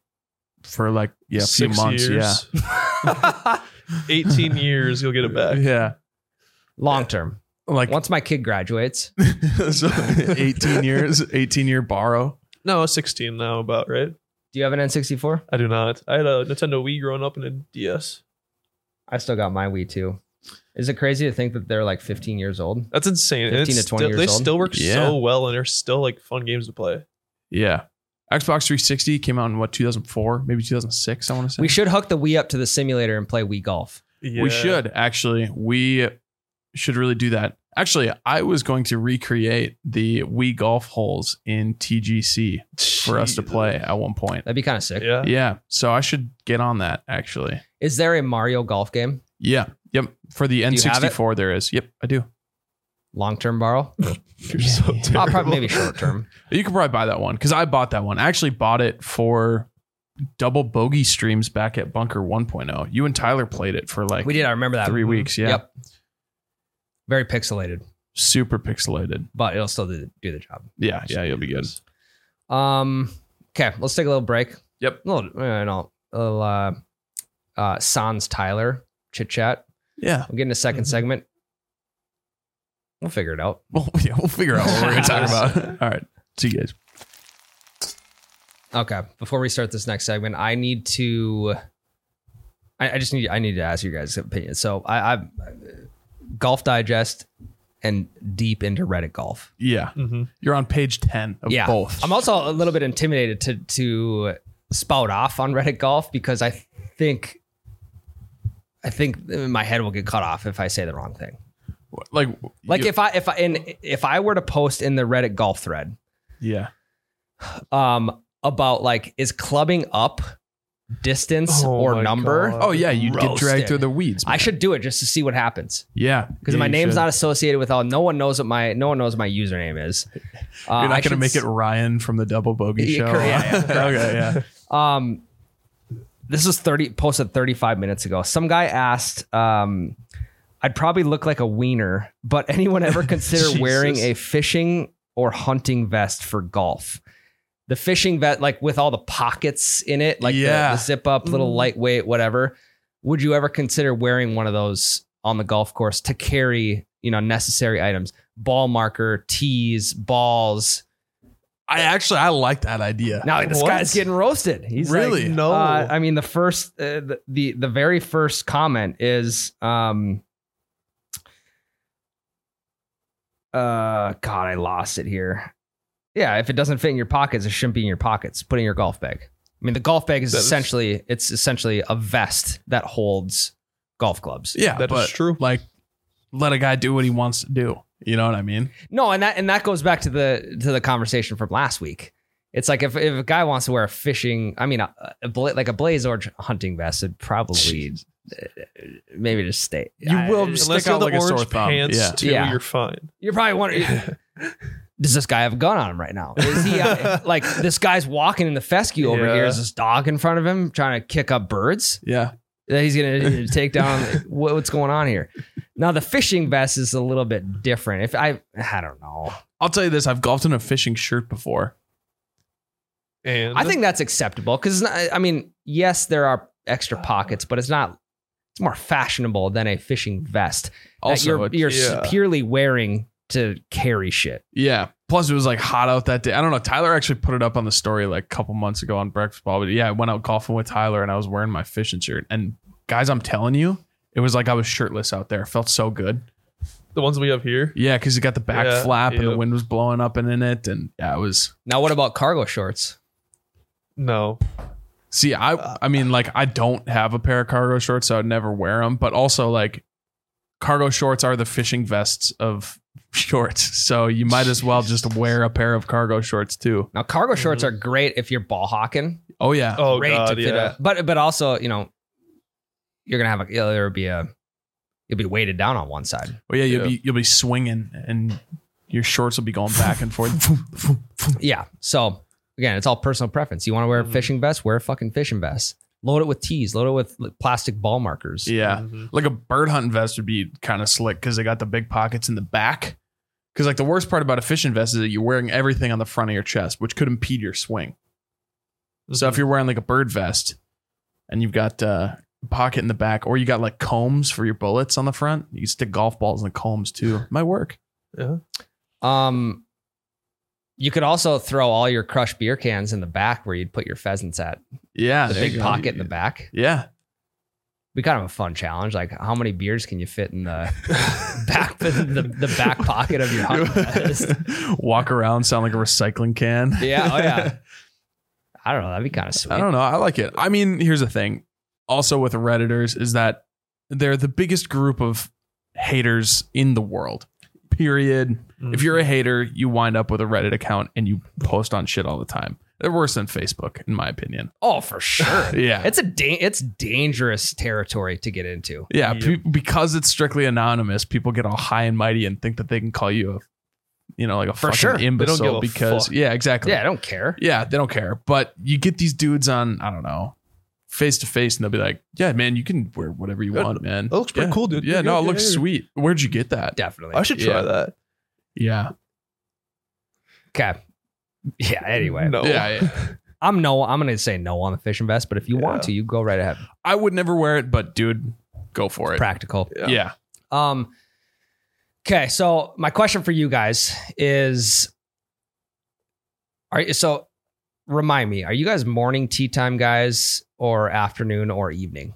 Speaker 2: for like yeah, a few
Speaker 3: Six
Speaker 2: months.
Speaker 3: years. Eighteen years, you'll get it
Speaker 2: Yeah,
Speaker 3: back.
Speaker 2: yeah,
Speaker 1: long term.
Speaker 2: like
Speaker 1: Once my kid graduates,
Speaker 2: so 18 years, 18 year borrow.
Speaker 3: No, sixteen now, about right.
Speaker 1: do you have an N64?
Speaker 3: I do not. I had a Nintendo Wii growing up and a DS.
Speaker 1: I still got my Wii too. Is it crazy to think that they're like 15 years old?
Speaker 3: That's insane. And
Speaker 1: 15
Speaker 3: it's
Speaker 1: to 20
Speaker 3: still-
Speaker 1: years
Speaker 3: they
Speaker 1: old?
Speaker 3: still work
Speaker 2: Yeah.
Speaker 3: so well, and they're still like fun games to play.
Speaker 2: Yeah. Xbox 360 came out in what 2004, maybe 2006. I want to say
Speaker 1: We should hook the Wii up to the simulator and play Wii golf.
Speaker 3: Yeah.
Speaker 2: We should actually. We should really do that. Actually, I was going to recreate the Wii golf holes in TGC for us to
Speaker 3: Jesus.
Speaker 2: play at one point.
Speaker 1: That'd be kind of sick.
Speaker 3: Yeah.
Speaker 2: Yeah. So I should get on that actually.
Speaker 1: Is there a Mario golf game?
Speaker 2: Yeah. Yep. For the
Speaker 1: you have it?
Speaker 2: N64, there is. Yep. I do.
Speaker 1: Long term borrow?
Speaker 3: You're so
Speaker 1: I'll
Speaker 3: terrible.
Speaker 1: probably maybe short term.
Speaker 2: You could probably buy that one because I bought that one. I actually bought it for double bogey streams back at Bunker 1.0. You and Tyler played it for like
Speaker 1: We did. I remember that.
Speaker 2: three weeks. Yeah.
Speaker 1: Yep. Very pixelated,
Speaker 2: Super pixelated.
Speaker 1: but it'll still do, do the job.
Speaker 2: Yeah. Yeah. You'll be good.
Speaker 1: Um. Okay, let's take a little break.
Speaker 2: Yep.
Speaker 1: A little, uh, no, a little uh, uh, Sans Tyler chit chat.
Speaker 2: Yeah.
Speaker 1: We'll get in a 2nd
Speaker 2: Mm-hmm.
Speaker 3: Mhm.
Speaker 1: segment. We'll figure it out.
Speaker 2: Well, yeah, we'll figure out what we're going to talk about. All right. See you guys.
Speaker 1: Okay. Before we start this next segment, I need to. I, I just need. I need to ask you guys' opinions. So I, I, Golf Digest, and deep into Reddit golf.
Speaker 2: Yeah.
Speaker 3: Mhm.
Speaker 2: You're on page 10 of
Speaker 1: yeah.
Speaker 2: both.
Speaker 1: I'm also a little bit intimidated to to spout off on Reddit golf because I think I think my head will get cut off if I say the wrong thing.
Speaker 2: like,
Speaker 1: Like
Speaker 2: you-
Speaker 1: if I if I and if I were to post in the Reddit golf thread
Speaker 2: yeah.
Speaker 1: um about like is clubbing up distance
Speaker 3: Oh
Speaker 1: or
Speaker 3: my
Speaker 1: number?
Speaker 3: God.
Speaker 2: Oh, yeah. You'd get
Speaker 1: Roasted.
Speaker 2: dragged through the weeds.
Speaker 1: I should do it just to see what happens
Speaker 2: yeah.
Speaker 1: because
Speaker 2: Yeah,
Speaker 1: my
Speaker 2: you
Speaker 1: name's
Speaker 2: should.
Speaker 1: not associated with all. No one knows what my no one knows what my username is. Uh,
Speaker 2: You're
Speaker 1: I
Speaker 2: not going to
Speaker 1: should
Speaker 2: make
Speaker 1: s-
Speaker 2: it Ryan from the Double Bogey
Speaker 1: Yeah,
Speaker 2: Show.
Speaker 1: correct. Yeah, yeah, correct.
Speaker 2: okay, yeah.
Speaker 1: Um, this is 30 posted 35 minutes ago. Some guy asked, um, I'd probably look like a wiener, but anyone ever consider wearing
Speaker 2: Jesus.
Speaker 1: a fishing or hunting vest for golf? The fishing vest, like with all the pockets in it, like the-
Speaker 2: Yeah.
Speaker 1: the, zip up, little
Speaker 3: Mm.
Speaker 1: lightweight, whatever. Would you ever consider wearing one of those on the golf course to carry, you know, necessary items? Ball marker, tees, balls.
Speaker 2: I actually, I like that idea.
Speaker 1: Now this
Speaker 3: What?
Speaker 1: guy's getting roasted. He's like,
Speaker 2: Really?
Speaker 3: No.
Speaker 1: uh, I mean, the first, uh, the, the the very first comment is, um, uh, God, I lost it here. Yeah, if it doesn't fit in your pockets, it shouldn't be in your pockets. Put it in your golf bag. I mean, the golf bag is
Speaker 3: That is-
Speaker 1: essentially it's essentially a vest that holds golf clubs.
Speaker 2: yeah,
Speaker 3: That is
Speaker 2: but
Speaker 3: true.
Speaker 2: like, let a guy do what he wants to do. You know what I mean?
Speaker 1: No, and that and that goes back to the to the conversation from last week. It's like if, if a guy wants to wear a fishing, I mean, a, a bla- like a blaze or hunting vest, it'd probably uh, maybe just stay.
Speaker 2: You
Speaker 1: I-
Speaker 2: will stick
Speaker 3: Unless you
Speaker 2: out
Speaker 3: have the
Speaker 2: like a sore
Speaker 3: orange
Speaker 2: thumb.
Speaker 3: pants
Speaker 2: Yeah.
Speaker 3: too,
Speaker 1: Yeah.
Speaker 3: you're fine.
Speaker 1: You're probably wondering, does this guy have a gun on him right now? Is he uh, like this guy's walking in the fescue over
Speaker 2: Yeah.
Speaker 1: here? Is this dog in front of him trying to kick up birds
Speaker 2: Yeah.
Speaker 1: that he's gonna take down? What- what's going on here? Now the fishing vest is a little bit different. If I, I don't know.
Speaker 2: I'll tell you this I've golfed in a fishing shirt before.
Speaker 3: And
Speaker 1: I think that's acceptable because I mean, yes, there are extra
Speaker 3: Ah.
Speaker 1: pockets, but it's not. It's more fashionable than a fishing vest that
Speaker 2: Also,
Speaker 1: you're
Speaker 2: it-
Speaker 1: you're
Speaker 3: yeah.
Speaker 1: purely wearing to carry shit.
Speaker 2: yeah. Plus, it was like hot out that day. I don't know. Tyler actually put it up on the story like a couple months ago on Breakfast Ball. But yeah, I went out golfing with Tyler and I was wearing my fishing shirt. And guys, I'm telling you, It was like I was shirtless out there. It felt so good.
Speaker 3: The ones we have here.
Speaker 2: Yeah, because it got the back
Speaker 3: Yeah,
Speaker 2: flap and the
Speaker 3: yeah.
Speaker 2: wind was blowing up and in it, and yeah, it was.
Speaker 1: Now, what about cargo shorts?
Speaker 3: No.
Speaker 2: See,
Speaker 3: Uh,
Speaker 2: I I mean, like I don't have a pair of cargo shorts, so I'd never wear them. But also, like cargo shorts are the fishing vests of shorts, so you might as well just wear a pair of cargo shorts too.
Speaker 1: Now, cargo shorts are great if you're ball hawking.
Speaker 2: Oh yeah,
Speaker 3: Mm-hmm. Oh
Speaker 1: great
Speaker 3: god,
Speaker 1: to fit
Speaker 3: yeah.
Speaker 1: a- but but also, you know, you're gonna have a yeah, there'll be a you'll be weighted down on one side.
Speaker 2: oh yeah, you'll
Speaker 3: yeah.
Speaker 2: be you'll be swinging and your shorts will be going back and forth.
Speaker 1: Yeah. So again, it's all personal preference. You want to wear a
Speaker 3: Mhm.
Speaker 1: fishing vest? Wear a fucking fishing vest. Load it with tees. Load it with like, plastic ball markers.
Speaker 2: yeah,
Speaker 3: Mhm.
Speaker 2: like a bird hunting vest would be kind of slick because they got the big pockets in the back. Because like the worst part about a fishing vest is that you're wearing everything on the front of your chest, which could impede your swing. So if you're wearing like a bird vest, and you've got uh, pocket in the back, or you got like combs for your bullets on the front, you can stick golf balls in the combs too. Might work.
Speaker 1: Um, you could also throw all your crushed beer cans in the back where you'd put your pheasants at.
Speaker 2: Yeah,
Speaker 1: The
Speaker 2: Ah, there
Speaker 1: big
Speaker 2: you go.
Speaker 1: pocket in the back.
Speaker 2: Yeah,
Speaker 1: Be kind of a fun challenge. Like, how many beers can you fit in the back the, the back pocket of your hunting vest?
Speaker 2: walk around, sound like a recycling can.
Speaker 1: Yeah, oh yeah. I don't know. That'd be kind of sweet.
Speaker 2: I don't know. I like it. I mean, here's the thing. Also with Redditors is that they're the biggest group of haters in the world. Period.
Speaker 3: Mhm.
Speaker 2: If you're a hater, you wind up with a Reddit account and you post on shit all the time. They're worse than Facebook, in my opinion.
Speaker 1: Oh, for sure.
Speaker 2: Yeah.
Speaker 1: it's a da- it's dangerous territory to get into.
Speaker 2: yeah. pe- because it's strictly anonymous, people get all high and mighty and think that they can call you a you know, like a
Speaker 1: For
Speaker 2: fucking
Speaker 1: sure. They
Speaker 3: don't
Speaker 2: imbecile
Speaker 3: give a
Speaker 2: because
Speaker 3: fuck.
Speaker 2: yeah, exactly.
Speaker 1: Yeah, I don't care.
Speaker 2: Yeah, they don't care. But you get these dudes on, I don't know, face to face, and they'll be like, "Yeah, man, you can wear whatever you
Speaker 3: That-
Speaker 2: want, man.
Speaker 3: that looks Oh, pretty
Speaker 2: Yeah.
Speaker 3: cool, dude.
Speaker 2: Yeah,
Speaker 3: Yeah,
Speaker 2: no, it
Speaker 3: yeah,
Speaker 2: looks
Speaker 3: yeah.
Speaker 2: sweet. Where'd you get that?
Speaker 1: Definitely.
Speaker 3: I should try
Speaker 2: Yeah.
Speaker 3: that.
Speaker 2: Yeah,
Speaker 1: Okay. Yeah. Anyway,
Speaker 3: No.
Speaker 2: yeah. yeah.
Speaker 1: I'm no. I'm gonna say no on the fishing vest, but if you want
Speaker 3: Yeah.
Speaker 1: to, you go right ahead.
Speaker 2: I would never wear it, but dude, go for it.
Speaker 1: Practical.
Speaker 2: Yeah.
Speaker 1: Um. Okay, so my question for you guys is: Are so? Remind me, are you guys morning tea time guys or afternoon or evening?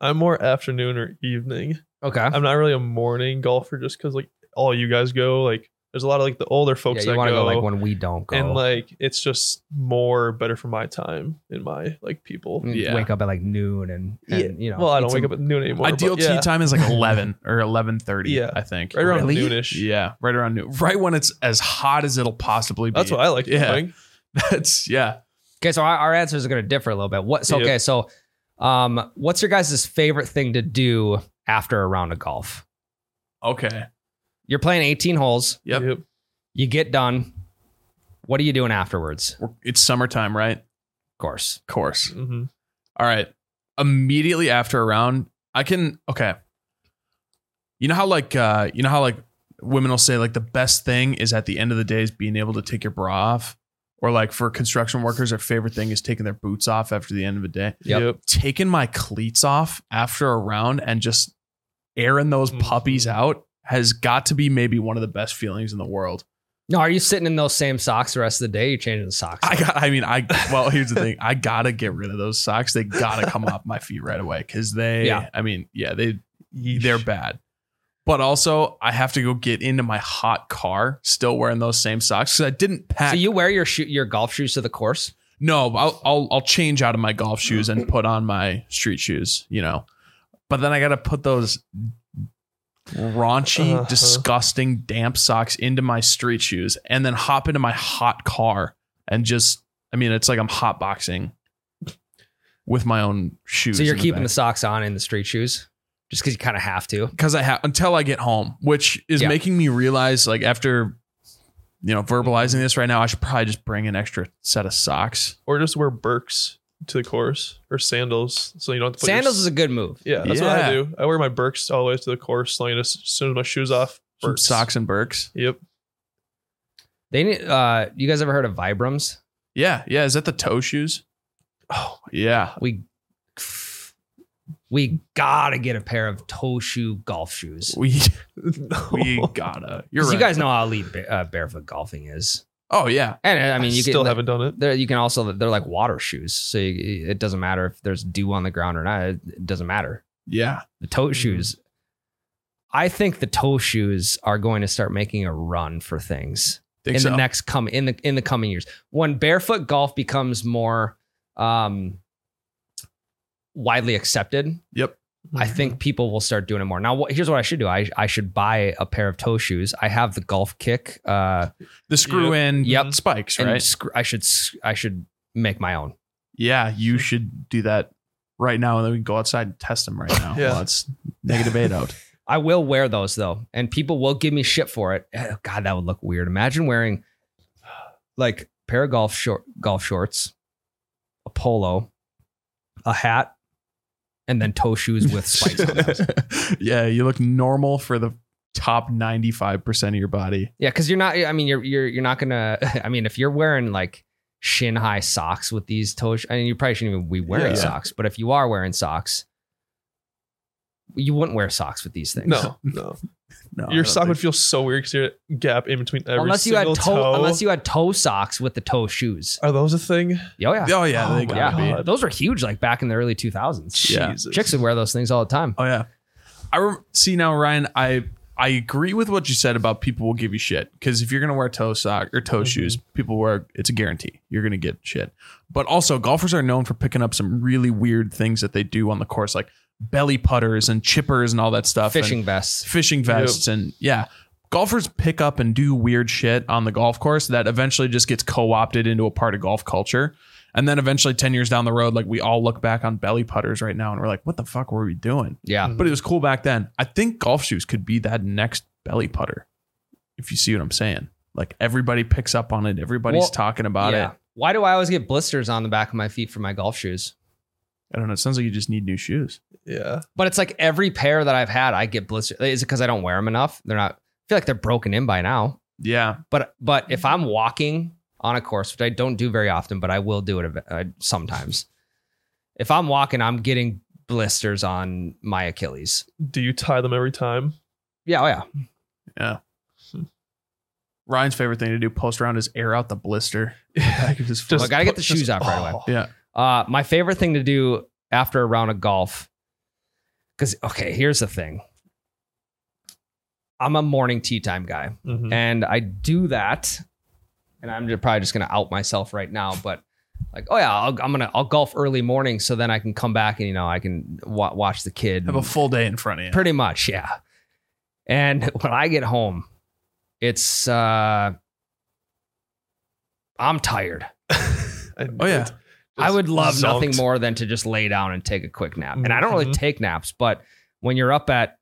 Speaker 3: I'm more afternoon or evening.
Speaker 1: Okay.
Speaker 3: I'm not really a morning golfer just because like all you guys go like there's a lot of like the older folks
Speaker 1: yeah, you
Speaker 3: that
Speaker 1: want to
Speaker 3: go,
Speaker 1: go, like when we don't go
Speaker 3: and like it's just more better for my time and my like people.
Speaker 1: Mm,
Speaker 2: yeah.
Speaker 1: wake up at like noon and, and
Speaker 3: Yeah.
Speaker 1: you know
Speaker 3: well, I
Speaker 1: eat
Speaker 3: don't wake
Speaker 1: some-
Speaker 3: up at noon anymore.
Speaker 2: Ideal
Speaker 3: but yeah,
Speaker 2: tea time is like eleven or eleven thirty.
Speaker 3: Yeah.
Speaker 2: I think
Speaker 3: right around
Speaker 1: Really?
Speaker 3: noonish.
Speaker 2: Yeah, right around noon, right when it's as hot as it'll possibly be.
Speaker 3: That's what I like
Speaker 2: Yeah.
Speaker 3: doing.
Speaker 2: That's yeah.
Speaker 1: Okay, so our, our answers are going to differ a little bit. What? So,
Speaker 2: Yep.
Speaker 1: okay, so um, what's your guys' favorite thing to do after a round of golf?
Speaker 2: Okay.
Speaker 1: You're playing 18 holes.
Speaker 2: Yep.
Speaker 1: You get done. What are you doing afterwards? Of
Speaker 2: We're- It's summertime, right?
Speaker 1: course.
Speaker 2: Of course.
Speaker 3: hmm
Speaker 2: All right. Immediately after a round, I can okay. You know how like uh you know how like women will say like the best thing is at the end of the day is being able to take your bra off. Or like for construction workers, their favorite thing is taking their boots off after the end of a day.
Speaker 1: Yep.
Speaker 2: Taking my cleats off after a round and just airing those
Speaker 3: Mhm.
Speaker 2: puppies out has got to be maybe one of the best feelings in the world.
Speaker 1: No, are you sitting in those same socks the rest of the day? You're changing the socks.
Speaker 2: I got. I mean, I. Well, here's the thing. I gotta get rid of those socks. They gotta come off my feet right away because they.
Speaker 1: Yeah.
Speaker 2: I mean, yeah, they they're bad. But also, I have to go get into my hot car, still wearing those same socks because I didn't pack.
Speaker 1: so you wear your shoe, your golf shoes to the course.
Speaker 2: no, I'll, I'll I'll change out of my golf shoes and put on my street shoes. You know, but then I gotta put those raunchy,
Speaker 3: Uh-huh.
Speaker 2: disgusting, damp socks into my street shoes, and then hop into my hot car and just. I mean, it's like I'm hotboxing with my own shoes.
Speaker 1: So you're
Speaker 2: in
Speaker 1: keeping
Speaker 2: back.
Speaker 1: the socks on in the street shoes, just because you kind of have to.
Speaker 2: because I have until I get home, which is
Speaker 1: Yeah.
Speaker 2: making me realize like after you know
Speaker 1: Mm-hmm.
Speaker 2: verbalizing this right now, I should probably just bring an extra set of socks.
Speaker 3: Or just wear Birks to the course or sandals, so you don't have to put your-
Speaker 1: Sandals is a good move.
Speaker 3: yeah, that's what
Speaker 2: Yeah.
Speaker 3: I do. I wear my Birks all the way to the course, like as soon as my shoes off.
Speaker 2: Some
Speaker 3: Birks.
Speaker 2: socks and Birks.
Speaker 3: Yep.
Speaker 1: They need. Uh, you guys ever heard of Vibrams?
Speaker 2: Yeah, yeah. Is that the toe shoes?
Speaker 3: Oh,
Speaker 2: Yeah.
Speaker 1: we we gotta get a pair of toe shoe golf shoes.
Speaker 2: We
Speaker 3: no.
Speaker 2: we gotta. You're
Speaker 1: 'Cause
Speaker 2: right.
Speaker 1: You guys know how elite ba- uh, barefoot golfing is,
Speaker 2: oh yeah.
Speaker 1: and uh, I mean, you
Speaker 3: still
Speaker 1: can,
Speaker 3: haven't done it.
Speaker 1: There, you can also they're like water shoes, so you, it doesn't matter if there's dew on the ground or not. It, it doesn't matter.
Speaker 2: Yeah.
Speaker 1: The toe shoes. I think the toe shoes are going to start making a run for things
Speaker 2: Think
Speaker 1: in
Speaker 2: so.
Speaker 1: the next come in the in the coming years when barefoot golf becomes more um widely accepted
Speaker 2: Yep.
Speaker 3: Mm-hmm.
Speaker 1: i
Speaker 2: Mm-hmm.
Speaker 1: think people will start doing it more now what, here's what i should do I, I should buy a pair of toe shoes i have the golf kick uh
Speaker 2: The screw in
Speaker 1: Yep.
Speaker 2: spikes,
Speaker 1: and
Speaker 2: right?
Speaker 1: sc- i should s- i should make my own
Speaker 2: yeah, you should do that right now, and then we can go outside and test them right now.
Speaker 3: Yeah.
Speaker 2: Well, it's negative eight out.
Speaker 1: i will wear those though and people will give me shit for it Eh, god that would look weird imagine wearing like pair of golf short golf shorts a polo a hat and then toe shoes with spikes on them
Speaker 2: yeah, you look normal for the top ninety five percent of your body.
Speaker 1: Yeah, because you're not. I mean, you're you're you're not gonna. I mean, if you're wearing like shin high socks with these toe, sh- I mean, you probably shouldn't even be wearing
Speaker 2: Yeah.
Speaker 1: socks. But if you are wearing socks, you wouldn't wear socks with these things.
Speaker 3: No, no.
Speaker 2: No, I
Speaker 3: Your
Speaker 2: don't
Speaker 3: sock would
Speaker 2: think-
Speaker 3: feel so weird because you're a gap in between every
Speaker 1: unless you had toe,
Speaker 3: single toe.
Speaker 1: unless you had toe socks with the toe shoes.
Speaker 3: Are those a thing?
Speaker 1: Oh yeah,
Speaker 2: Oh yeah,
Speaker 3: Oh
Speaker 2: they
Speaker 3: my
Speaker 2: gotta
Speaker 3: God.
Speaker 2: be.
Speaker 1: Uh, those were huge. Like back in the early two thousands,
Speaker 2: Yeah.
Speaker 3: Jesus.
Speaker 1: chicks would wear those things all the time.
Speaker 2: Oh yeah, I rem- see now, Ryan. I I agree with what you said about people will give you shit because if you're gonna wear toe sock or toe
Speaker 3: Mhm.
Speaker 2: shoes, people wear it's a guarantee you're gonna get shit. But also, golfers are known for picking up some really weird things that they do on the course, like belly putters and chippers and all that stuff. and-
Speaker 1: Fishing vests.
Speaker 2: fishing vests and yeah golfers pick up and do weird shit on the golf course that eventually just gets co-opted into a part of golf culture and then eventually 10 years down the road like we all look back on belly putters right now and we're like what the fuck were we doing
Speaker 1: Yeah,
Speaker 2: but it was cool back then i think golf shoes could be that next belly putter if you see what i'm saying like everybody picks up on it everybody's
Speaker 1: Well,
Speaker 2: talking about
Speaker 1: yeah.
Speaker 2: it
Speaker 1: Why do I always get blisters on the back of my feet for my golf shoes?
Speaker 2: i don't know it sounds like you just need new shoes
Speaker 3: Yeah.
Speaker 1: But it's like every pair that I've had, I get blisters. Is it because I don't wear them enough? They're not. I feel like they're broken in by now.
Speaker 2: yeah
Speaker 1: But but if I'm walking on a course, which I don't do very often, but I will do it ev- uh, sometimes. If I'm walking, I'm getting blisters on my Achilles.
Speaker 3: Do you tie them every time?
Speaker 1: Yeah, oh yeah.
Speaker 2: ryan's favorite thing to do post round is air out the blister
Speaker 3: Yeah.
Speaker 2: Just
Speaker 1: Well, I gotta get the
Speaker 3: put-
Speaker 1: shoes off right away.
Speaker 3: oh.
Speaker 2: yeah
Speaker 1: Uh, my favorite thing to do after a round of golf, because okay, here's the thing. I'm a morning tea time guy.
Speaker 3: Mhm.
Speaker 2: Mm-hmm.
Speaker 1: and I do that, and I'm just probably just gonna out myself right now, but like, oh yeah, I'll, I'm gonna I'll golf early morning, so then I can come back and you know I can wa- watch the kid.
Speaker 2: have a full day in front of you
Speaker 1: pretty much, yeah. And when I get home, it's uh I'm tired.
Speaker 3: I knew
Speaker 2: Oh, yeah.
Speaker 3: it.
Speaker 1: I would love
Speaker 3: zonked.
Speaker 1: nothing more than to just lay down and take a quick nap. And I don't really
Speaker 3: Mhm.
Speaker 1: take naps, but when you're up at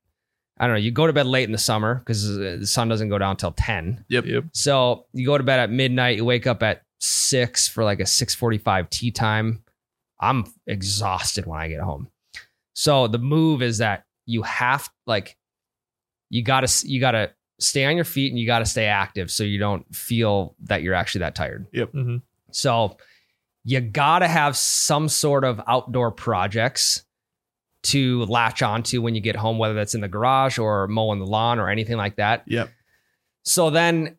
Speaker 1: I don't know, you go to bed late in the summer because the sun doesn't go down till 10.
Speaker 3: Yep.
Speaker 1: So you go to bed at midnight, you wake up at six for like a 645 tea time. I'm exhausted when I get home. So the move is that you have like you gotta you gotta stay on your feet and you gotta stay active so you don't feel that you're actually that tired.
Speaker 3: Mhm.
Speaker 1: So you gotta have some sort of outdoor projects to latch onto when you get home, whether that's in the garage or mowing the lawn or anything like that.
Speaker 2: Yep.
Speaker 1: So then,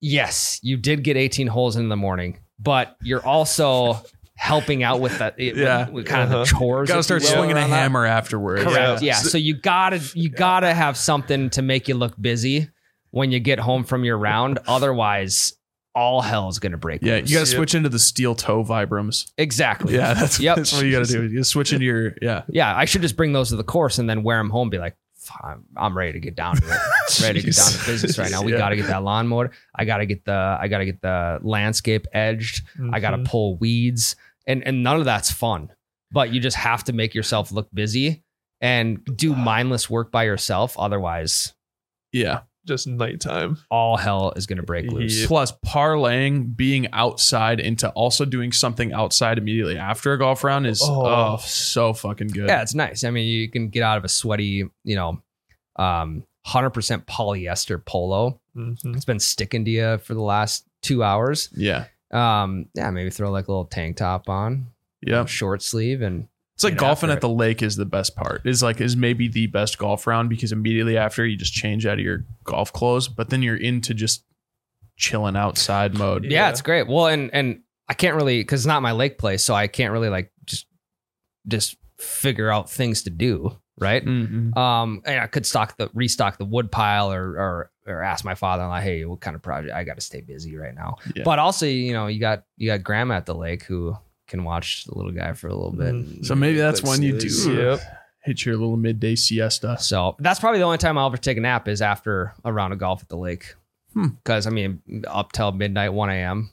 Speaker 1: yes, you did get 18 holes in the morning, but you're also helping out with that. it-
Speaker 2: Yeah.
Speaker 1: with, kind of the
Speaker 3: Uh-huh.
Speaker 1: chores.
Speaker 2: Got to
Speaker 1: if
Speaker 2: start
Speaker 1: you will,
Speaker 2: swinging a
Speaker 1: around that.
Speaker 2: hammer afterwards.
Speaker 1: Correct.
Speaker 3: Yeah.
Speaker 1: Yeah. So you gotta you gotta have something to make you look busy when you get home from your round. Otherwise, all hell's gonna break.
Speaker 2: Yeah,
Speaker 1: loose.
Speaker 2: you got to
Speaker 3: Yep.
Speaker 2: switch into the steel toe vibrams.
Speaker 1: exactly.
Speaker 2: Yeah, that's,
Speaker 1: Yep.
Speaker 2: that's what you got to do. You gotta switch into your yeah.
Speaker 1: Yeah, I should just bring those to the course and then wear them home. And be like, "Fuck, I'm, I'm ready to get down to it. ready to get down to business right now. We
Speaker 2: Yeah.
Speaker 1: got to get that lawnmower. I got to get the I got to get the landscape edged. I got to
Speaker 2: Mm-hmm.
Speaker 3: Mhm.
Speaker 1: pull weeds, and and none of that's fun. But you just have to make yourself look busy and do mindless work by yourself. Otherwise,
Speaker 2: Yeah.
Speaker 3: just nighttime.
Speaker 1: all hell is going to break loose.
Speaker 3: Yep.
Speaker 2: Plus parlaying being outside into also doing something outside immediately after a golf round is oh,
Speaker 3: Oh.
Speaker 2: so fucking good.
Speaker 1: Yeah, it's nice. I mean, you can get out of a sweaty, you know, um, hundred percent polyester polo.
Speaker 3: Mhm.
Speaker 1: It's been sticking to you for the last two hours.
Speaker 2: Yeah.
Speaker 1: Um, yeah, maybe throw like a little tank top on, you know,
Speaker 2: Yeah.
Speaker 1: short sleeve, and
Speaker 2: It's like
Speaker 1: Get
Speaker 2: golfing
Speaker 1: after
Speaker 2: at the lake is the best part. Is like is maybe the best golf round because immediately after you just change out of your golf clothes, but then you're into just chilling outside mode.
Speaker 1: yeah,
Speaker 3: Yeah.
Speaker 1: it's great. Well, and and I can't really because it's not my lake place, so I can't really like just just figure out things to do, right?
Speaker 2: Mm-hmm.
Speaker 1: Um, and I could stock the restock the wood pile or or or ask my father like, hey, what kind of project? I got to stay busy right now.
Speaker 2: Yeah.
Speaker 1: But also, you know, you got you got grandma at the lake who can watch the little guy for a little bit.
Speaker 3: Mm.
Speaker 2: Mm-hmm. So maybe that's
Speaker 4: But
Speaker 2: when you
Speaker 4: serious.
Speaker 2: do hit your little midday siesta.
Speaker 1: So that's probably the only time I'll ever take a nap is after a round of golf at the lake.
Speaker 2: Hmm.
Speaker 1: Because I mean, up till midnight, one a.m.,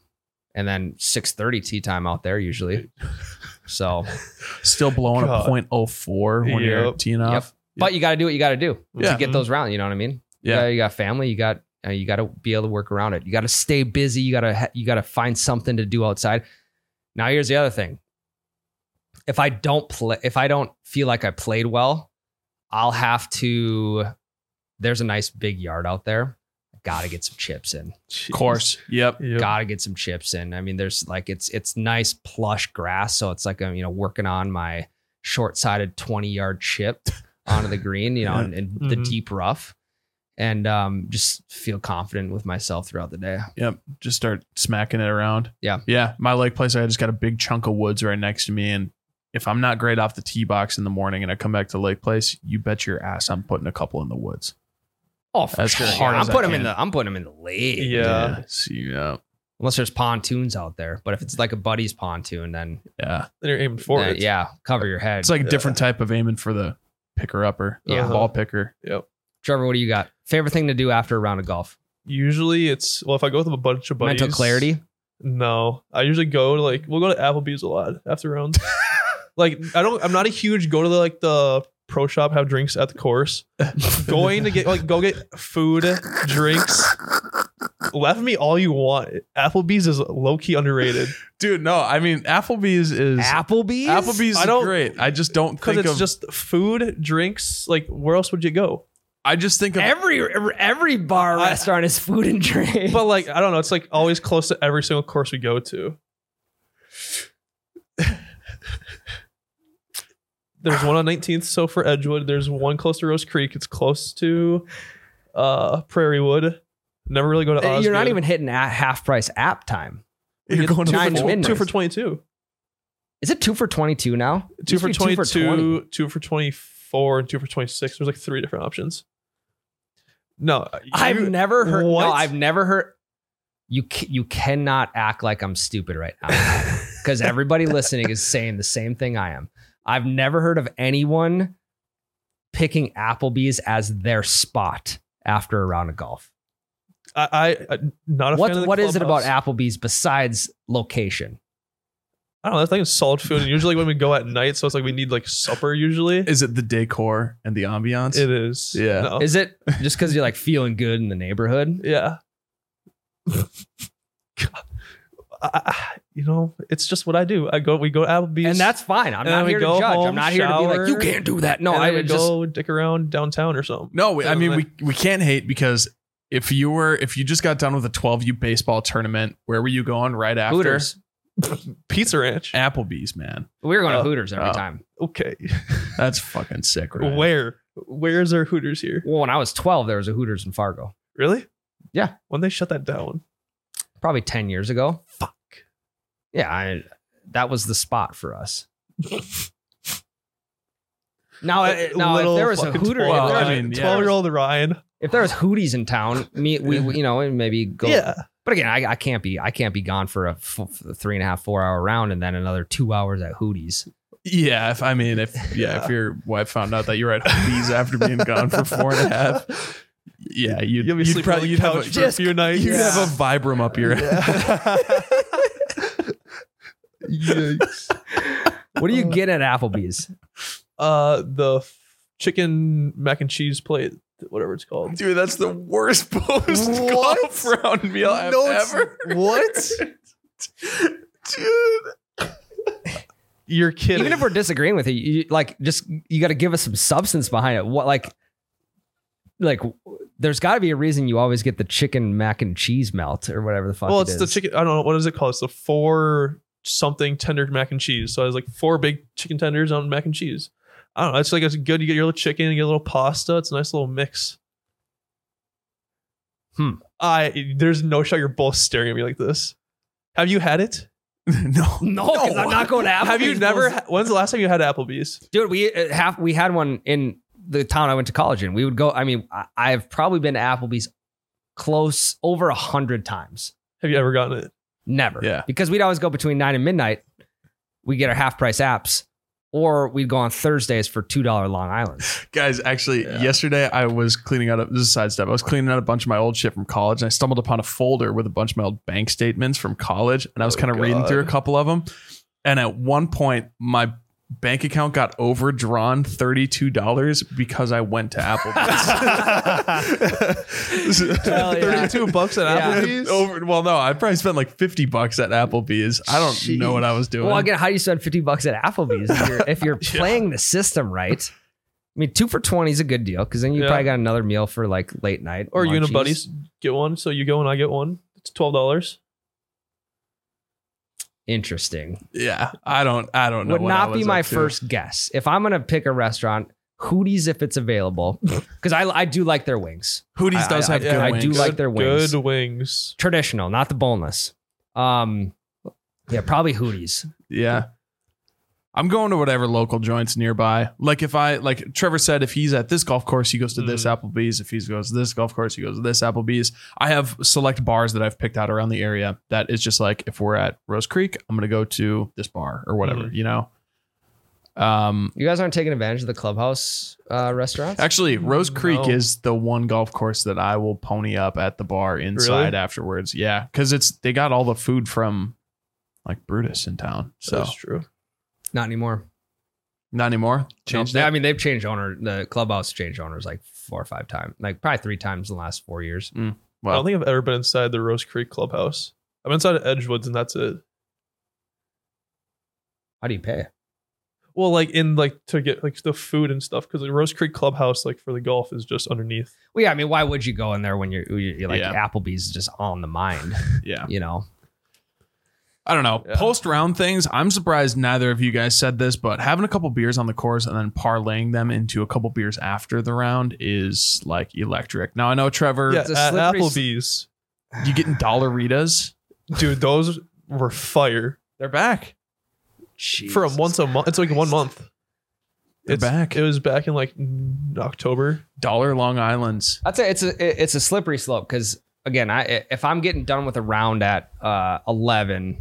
Speaker 1: and then six thirty tea time out there usually. so,
Speaker 2: Still blowing
Speaker 3: God.
Speaker 2: a .04 when you're
Speaker 3: Yep.
Speaker 2: teeing
Speaker 1: yep.
Speaker 2: off.
Speaker 1: But you got to do what you got to do
Speaker 2: Yeah.
Speaker 3: Mm-hmm.
Speaker 2: Mm-hmm.
Speaker 1: to get those round. You know what I mean?
Speaker 2: Yeah.
Speaker 1: you got family. You got uh, you got to be able to work around it. You got to stay busy. You gotta ha- you gotta find something to do outside. Now here's the other thing. If I don't play, if I don't feel like I played well, I'll have to. There's a nice big yard out there. Gotta get some chips in.
Speaker 2: Of course. Yep.
Speaker 3: Yep.
Speaker 1: Gotta get some chips in. I mean, there's like it's it's nice plush grass, so it's like I'm you know working on my short sided twenty yard chip onto the green, you know,
Speaker 2: Yeah.
Speaker 1: and, and the
Speaker 3: Mhm.
Speaker 1: deep rough, and um, just feel confident with myself throughout the day.
Speaker 2: Yep. Just start smacking it around.
Speaker 1: Yeah.
Speaker 2: Yeah. My leg place, I just got a big chunk of woods right next to me. And if I'm not great off the tee box in the morning and I come back to Lake Place, you bet your ass I'm putting a couple in the woods.
Speaker 1: Oh, for
Speaker 2: As
Speaker 1: sure.
Speaker 2: hard
Speaker 1: yeah. I'm
Speaker 2: as I
Speaker 1: putting them in
Speaker 2: can.
Speaker 1: the I'm putting them in the lake.
Speaker 3: Yeah.
Speaker 2: So, yeah.
Speaker 1: Unless there's pontoons out there, but if it's like a buddy's pontoon, then
Speaker 2: Yeah.
Speaker 3: Then you're aiming for
Speaker 1: then,
Speaker 3: it.
Speaker 1: yeah, cover your head.
Speaker 2: It's like a different type of aiming for the picker upper,
Speaker 1: Yeah.
Speaker 3: Uh-huh.
Speaker 2: ball picker.
Speaker 3: Yep.
Speaker 1: Trevor, what do you got? Favorite thing to do after a round of golf?
Speaker 3: Usually it's well if I go with a bunch of buddies.
Speaker 1: Mental clarity.
Speaker 3: No, I usually go to like we'll go to Applebee's a lot after rounds. like I don't, I'm not a huge go to the, like the pro shop have drinks at the course. Going to get like go get food, drinks. Laugh at me all you want. Applebee's is low key underrated
Speaker 2: Dude, no. I mean, Applebee's is.
Speaker 1: Applebee's.
Speaker 2: Applebee's
Speaker 3: I
Speaker 2: is
Speaker 3: don't-
Speaker 2: great. I just don't
Speaker 3: because
Speaker 2: think
Speaker 3: it's
Speaker 2: of.
Speaker 3: just food, drinks. Like where else would you go?
Speaker 2: I just think of
Speaker 1: Every every bar
Speaker 3: I-
Speaker 1: restaurant is food and drink.
Speaker 3: But like I don't know, it's like always close to every single course we go to. There's one on 19th, so for Edgewood. There's one close to Rose Creek. It's close to uh Prairie Wood. Never really go to Osgood.
Speaker 1: Uh, You're not even hitting at half price app time.
Speaker 2: you're going to
Speaker 3: two,
Speaker 1: nine
Speaker 2: the
Speaker 1: to
Speaker 3: for,
Speaker 1: midnight.
Speaker 3: two for 22.
Speaker 1: Is it two for 22 now? It
Speaker 3: Two
Speaker 1: used to
Speaker 3: for
Speaker 1: be
Speaker 3: 22, two for,
Speaker 1: 20.
Speaker 3: 24, and two for 26. There's like three different options. No,
Speaker 1: I've
Speaker 3: you-
Speaker 1: never heard.
Speaker 3: What?
Speaker 1: No, I've never heard. You ca- you cannot act like I'm stupid right now because everybody listening is saying the same thing I am. I've never heard of anyone picking Applebee's as their spot after a round of golf.
Speaker 3: I, I, I not a fan
Speaker 1: What
Speaker 3: of the
Speaker 1: what is it about
Speaker 3: clubhouse.
Speaker 1: Applebee's besides location?
Speaker 3: I don't know. I think it's solid food. And usually when we go at night, so it's like we need like supper usually.
Speaker 2: Is it the decor and the ambiance?
Speaker 3: It is.
Speaker 2: Yeah.
Speaker 3: No.
Speaker 1: Is it just because you're like feeling good in the neighborhood?
Speaker 3: yeah. I, I- you know, it's just what I do. I go. We go to Applebee's,
Speaker 1: And that's fine. I'm
Speaker 3: And then
Speaker 1: not
Speaker 3: we
Speaker 1: here to
Speaker 3: go
Speaker 1: judge.
Speaker 3: home,
Speaker 1: I'm not here to be
Speaker 3: shower,
Speaker 1: like you can't do that. No,
Speaker 3: and then
Speaker 1: I
Speaker 3: we
Speaker 1: would just
Speaker 3: go dick around downtown or something.
Speaker 2: No, we, I
Speaker 3: Doesn't
Speaker 2: mean
Speaker 3: matter.
Speaker 2: we we can't hate because if you were if you just got done with a 12U baseball tournament, where were you going right after?
Speaker 1: Hooters.
Speaker 3: Pizza Ranch.
Speaker 2: Applebee's, man.
Speaker 1: We were going to
Speaker 3: Oh.
Speaker 1: Hooters every
Speaker 2: Oh.
Speaker 1: time.
Speaker 3: Okay.
Speaker 2: That's fucking sick, right?
Speaker 3: Where? Where's there Hooters here?
Speaker 1: Well, when I was 12, there was a Hooters in Fargo,
Speaker 3: Really?
Speaker 1: Yeah.
Speaker 3: When they shut that down.
Speaker 1: probably 10 years ago.
Speaker 3: Fuck.
Speaker 1: Yeah, I, that was the spot for us. now, uh, now if
Speaker 3: Little
Speaker 1: there was a
Speaker 3: fucking
Speaker 1: Hooter,
Speaker 3: 12
Speaker 2: Well,
Speaker 1: if, there
Speaker 2: I
Speaker 1: was,
Speaker 2: mean, yeah.
Speaker 3: Twelve-year-old Ryan.
Speaker 1: if there was Hooties in town, me, we, we, you know, and maybe go.
Speaker 3: Yeah.
Speaker 1: But again, I, I can't be, I can't be gone for a f- f- three and a half, four hour round, and then another two hours at Hooties.
Speaker 2: Yeah, if I mean if yeah, if your wife found out that you were at Hooters after being gone for four and a half, yeah, you'd,
Speaker 3: You'll be
Speaker 2: you'd
Speaker 3: sleeping
Speaker 2: probably you'd
Speaker 3: on the
Speaker 2: have
Speaker 3: couch
Speaker 2: a,
Speaker 3: for a few nights.
Speaker 2: you'd have a vibram up your
Speaker 1: What do you get at Applebee's?
Speaker 3: uh the f- chicken mac and cheese plate, whatever it's called.
Speaker 2: Dude, that's the worst post golf
Speaker 4: What?
Speaker 2: round meal I've
Speaker 4: No, it's-
Speaker 2: ever.
Speaker 4: What?
Speaker 2: Dude,
Speaker 3: You're kidding.
Speaker 1: Even if we're disagreeing with it, you, like just you got to give us some substance behind it. What like like there's got to be a reason you always get the chicken mac and cheese melt or whatever the fuck.
Speaker 3: well,
Speaker 1: it
Speaker 3: it's the
Speaker 1: is.
Speaker 3: chicken. I don't know what is it called. It's the four something tender mac and cheese. So I was like four big chicken tenders on mac and cheese. I don't know. It's like it's good. You get your little chicken, you get a little pasta. It's a nice little mix.
Speaker 1: Hmm.
Speaker 3: I there's no shot. You're both staring at me like this. Have you had it?
Speaker 2: no.
Speaker 1: No, 'cause I'm not going to Applebee's.
Speaker 3: Have you never?
Speaker 1: Those-
Speaker 3: ha- When's the last time you had Applebee's?
Speaker 1: dude? We uh, half we had one in the town I went to college in. We would go. I mean, I, I've probably been to Applebee's close over a hundred times.
Speaker 3: Have you ever gotten it?
Speaker 1: Never.
Speaker 2: Yeah.
Speaker 1: Because we'd always go between nine and midnight. We get our half price apps, or we'd go on Thursdays for two dollar Long Islands.
Speaker 2: Guys, actually, yesterday I was cleaning out. A, this is a sidestep. I was cleaning out a bunch of my old shit from college, and I stumbled upon a folder with a bunch of my old bank statements from college, and I was
Speaker 3: Oh,
Speaker 2: kind of reading
Speaker 3: God.
Speaker 2: through a couple of them. And at one point, my bank account got overdrawn thirty two dollars because I went to Applebee's.
Speaker 1: Hell yeah.
Speaker 3: Thirty-two bucks at
Speaker 1: Yeah.
Speaker 3: Applebee's.
Speaker 2: Over, well, no, I probably spent like fifty bucks at Applebee's. I don't know what I was doing.
Speaker 1: Well, again, how do you spend fifty bucks at Applebee's if you're, if you're playing the system right? I mean, two for twenty is a good deal because then you
Speaker 3: Yeah.
Speaker 1: probably got another meal for like late night
Speaker 3: Or you and a
Speaker 1: lunchies.
Speaker 3: buddies get one, so you go and I get one. It's twelve dollars.
Speaker 1: Interesting.
Speaker 2: yeah, I don't. I don't know.
Speaker 1: Would
Speaker 2: what I
Speaker 1: not be
Speaker 2: was
Speaker 1: my
Speaker 2: up to.
Speaker 1: first guess. If I'm gonna pick a restaurant, Hootie's if it's available, because I I do like their wings.
Speaker 2: Hooties
Speaker 1: I-
Speaker 2: does
Speaker 1: I-
Speaker 2: have
Speaker 1: yeah,
Speaker 2: good
Speaker 1: I do
Speaker 2: wings.
Speaker 1: like their wings.
Speaker 3: Good wings.
Speaker 1: Traditional, not the boneless. Um, yeah, probably Hootie's.
Speaker 2: Yeah. I'm going to whatever local joints nearby. Like if I like Trevor said, if he's at this golf course, he goes to this Applebee's. If he goes to this golf course, he goes to this Applebee's. I have select bars that I've picked out around the area that is just like if we're at Rose Creek, I'm gonna go to this bar or whatever, you know. Um
Speaker 1: You guys aren't taking advantage of the clubhouse uh, restaurants.
Speaker 2: actually Rose Creek
Speaker 3: No.
Speaker 2: is the one golf course that I will pony up at the bar inside
Speaker 3: Really?
Speaker 2: afterwards. Yeah. Cause it's they got all the food from like Brutus in town. So
Speaker 3: That's true.
Speaker 1: not anymore.
Speaker 2: not anymore. Changed
Speaker 1: No,
Speaker 2: that.
Speaker 1: I mean, they've changed owner. The clubhouse changed owners like four or five times, like probably three times in the last four years.
Speaker 3: I don't think I've ever been inside the Rose Creek Clubhouse. I've been inside of Edgewoods, and that's it.
Speaker 1: How do you pay?
Speaker 3: Well, like in like to get like the food and stuff because the Rose Creek Clubhouse, like for the golf, is just underneath.
Speaker 1: Well, yeah, I mean, why would you go in there when you're, you're you're like
Speaker 2: Yeah.
Speaker 1: Applebee's is just on the mind,
Speaker 2: yeah.
Speaker 1: you know?
Speaker 2: I don't know.
Speaker 3: Yeah.
Speaker 2: Post round things. I'm surprised neither of you guys said this, but having a couple beers on the course and then parlaying them into a couple beers after the round is like electric. Now I know Trevor,
Speaker 3: Yeah,
Speaker 1: it's a
Speaker 3: at
Speaker 1: slippery s-
Speaker 3: Applebee's,
Speaker 2: you getting dollaritas?
Speaker 3: dude, those were fire
Speaker 2: They're back.
Speaker 3: for a
Speaker 1: Jesus
Speaker 3: once a month. It's like one
Speaker 1: Christ.
Speaker 3: month.
Speaker 2: They're
Speaker 3: It's-
Speaker 2: back.
Speaker 3: It was back in like mm, October.
Speaker 2: Dollar Long Islands.
Speaker 1: I'd say it's a it's a slippery slope because again, I if I'm getting done with a round at uh, eleven,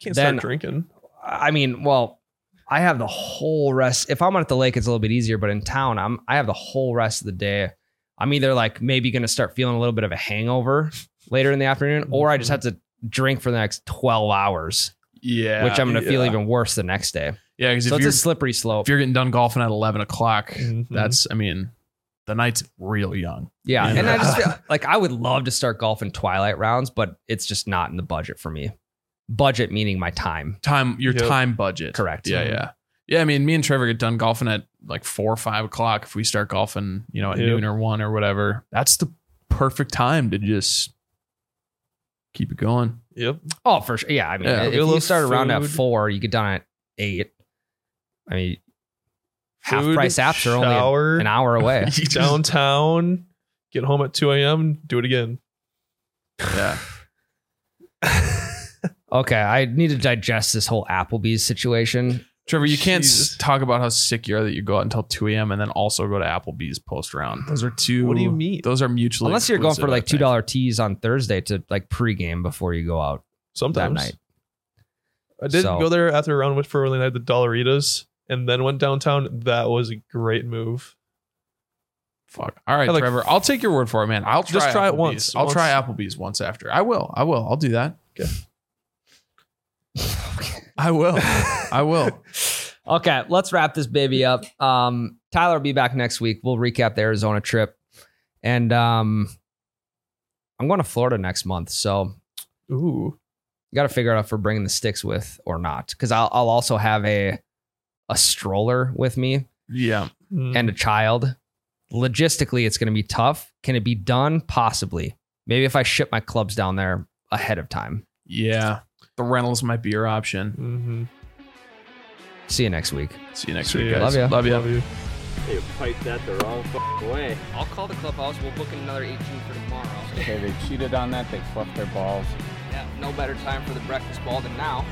Speaker 3: Can't
Speaker 1: Then-
Speaker 3: start drinking.
Speaker 1: I mean, well, I have the whole rest. If I'm out at the lake, it's a little bit easier, but in town, I'm I have the whole rest of the day. I'm either like maybe going to start feeling a little bit of a hangover later in the afternoon, or I just have to drink for the next twelve hours,
Speaker 2: Yeah.
Speaker 1: which I'm going to feel
Speaker 2: yeah.
Speaker 1: even worse the next day.
Speaker 2: Yeah,
Speaker 1: So
Speaker 2: because if
Speaker 1: it's
Speaker 2: you're
Speaker 1: a slippery slope.
Speaker 2: if you're getting done golfing at eleven o'clock,
Speaker 3: Mhm.
Speaker 2: that's I mean, the night's real young.
Speaker 1: Yeah.
Speaker 2: Yeah.
Speaker 1: And I just feel like I would love to start golfing twilight rounds, but it's just not in the budget for me. Budget meaning my time.
Speaker 2: Time your
Speaker 3: Yep.
Speaker 2: time budget.
Speaker 1: Correct.
Speaker 2: Yeah, yeah. Yeah, I mean, me and Trevor get done golfing at like four or five o'clock. If we start golfing, you know, at
Speaker 3: Yep.
Speaker 2: noon or one or whatever, that's the perfect time to just keep it going.
Speaker 3: Yep.
Speaker 1: Oh, for sure. Yeah. I mean,
Speaker 2: Yeah.
Speaker 1: if
Speaker 3: Get a little
Speaker 1: you start around at
Speaker 3: food.
Speaker 1: four, you get done at eight. I mean, half price apps are only
Speaker 3: shower,
Speaker 1: an hour away.
Speaker 2: You just-
Speaker 3: downtown. Get home at two a.m. and Do it again.
Speaker 2: yeah.
Speaker 1: okay. I need to digest this whole Applebee's situation.
Speaker 2: Trevor, you can't s-
Speaker 3: Jesus.
Speaker 2: talk about how sick you are that you go out until 2 a.m. and then also go to Applebee's post round. Those are two.
Speaker 3: What do you mean?
Speaker 2: Those are mutually.
Speaker 1: Unless you're going
Speaker 2: exclusive,
Speaker 1: for
Speaker 2: I
Speaker 1: like
Speaker 2: think.
Speaker 1: $2 teas on Thursday to like pregame before you go out
Speaker 3: Sometimes
Speaker 1: that night.
Speaker 3: I did
Speaker 1: So-
Speaker 3: go there after a round with for when I had the Dollaritas and then went downtown. That was a great move.
Speaker 2: Fuck. All right,
Speaker 3: I like-
Speaker 2: Trevor. I'll take your word for it, man. I'll try
Speaker 3: Just try it
Speaker 2: Applebee's.
Speaker 3: once.
Speaker 2: I'll
Speaker 3: Once.
Speaker 2: try Applebee's once after. I will. I will. I'll do that.
Speaker 3: Okay.
Speaker 2: I will. I will.
Speaker 1: Okay, let's wrap this baby up. Um, Tyler will be back next week. We'll recap the Arizona trip. And um, I'm going to Florida next month. So
Speaker 3: Ooh,
Speaker 1: you got to figure out if we're bringing the sticks with or not. Because I'll, I'll also have a, a stroller with me
Speaker 2: Yeah.
Speaker 3: Mm.
Speaker 1: and a child. Logistically, it's going to be tough. Can it be done? Possibly. Maybe if I ship my clubs down there ahead of time.
Speaker 2: Yeah. The rentals might be your option.
Speaker 3: Mhm.
Speaker 1: See you next week.
Speaker 2: See you next
Speaker 3: See
Speaker 2: week,
Speaker 3: ya.
Speaker 1: Love
Speaker 2: guys.
Speaker 1: ya.
Speaker 2: Love you.
Speaker 3: Love you.
Speaker 4: They piped that the wrong f- way.
Speaker 1: I'll call the clubhouse. We'll book another 18 for tomorrow.
Speaker 5: Okay, they cheated on that. They fluffed their balls.
Speaker 1: no better time for the breakfast ball than now.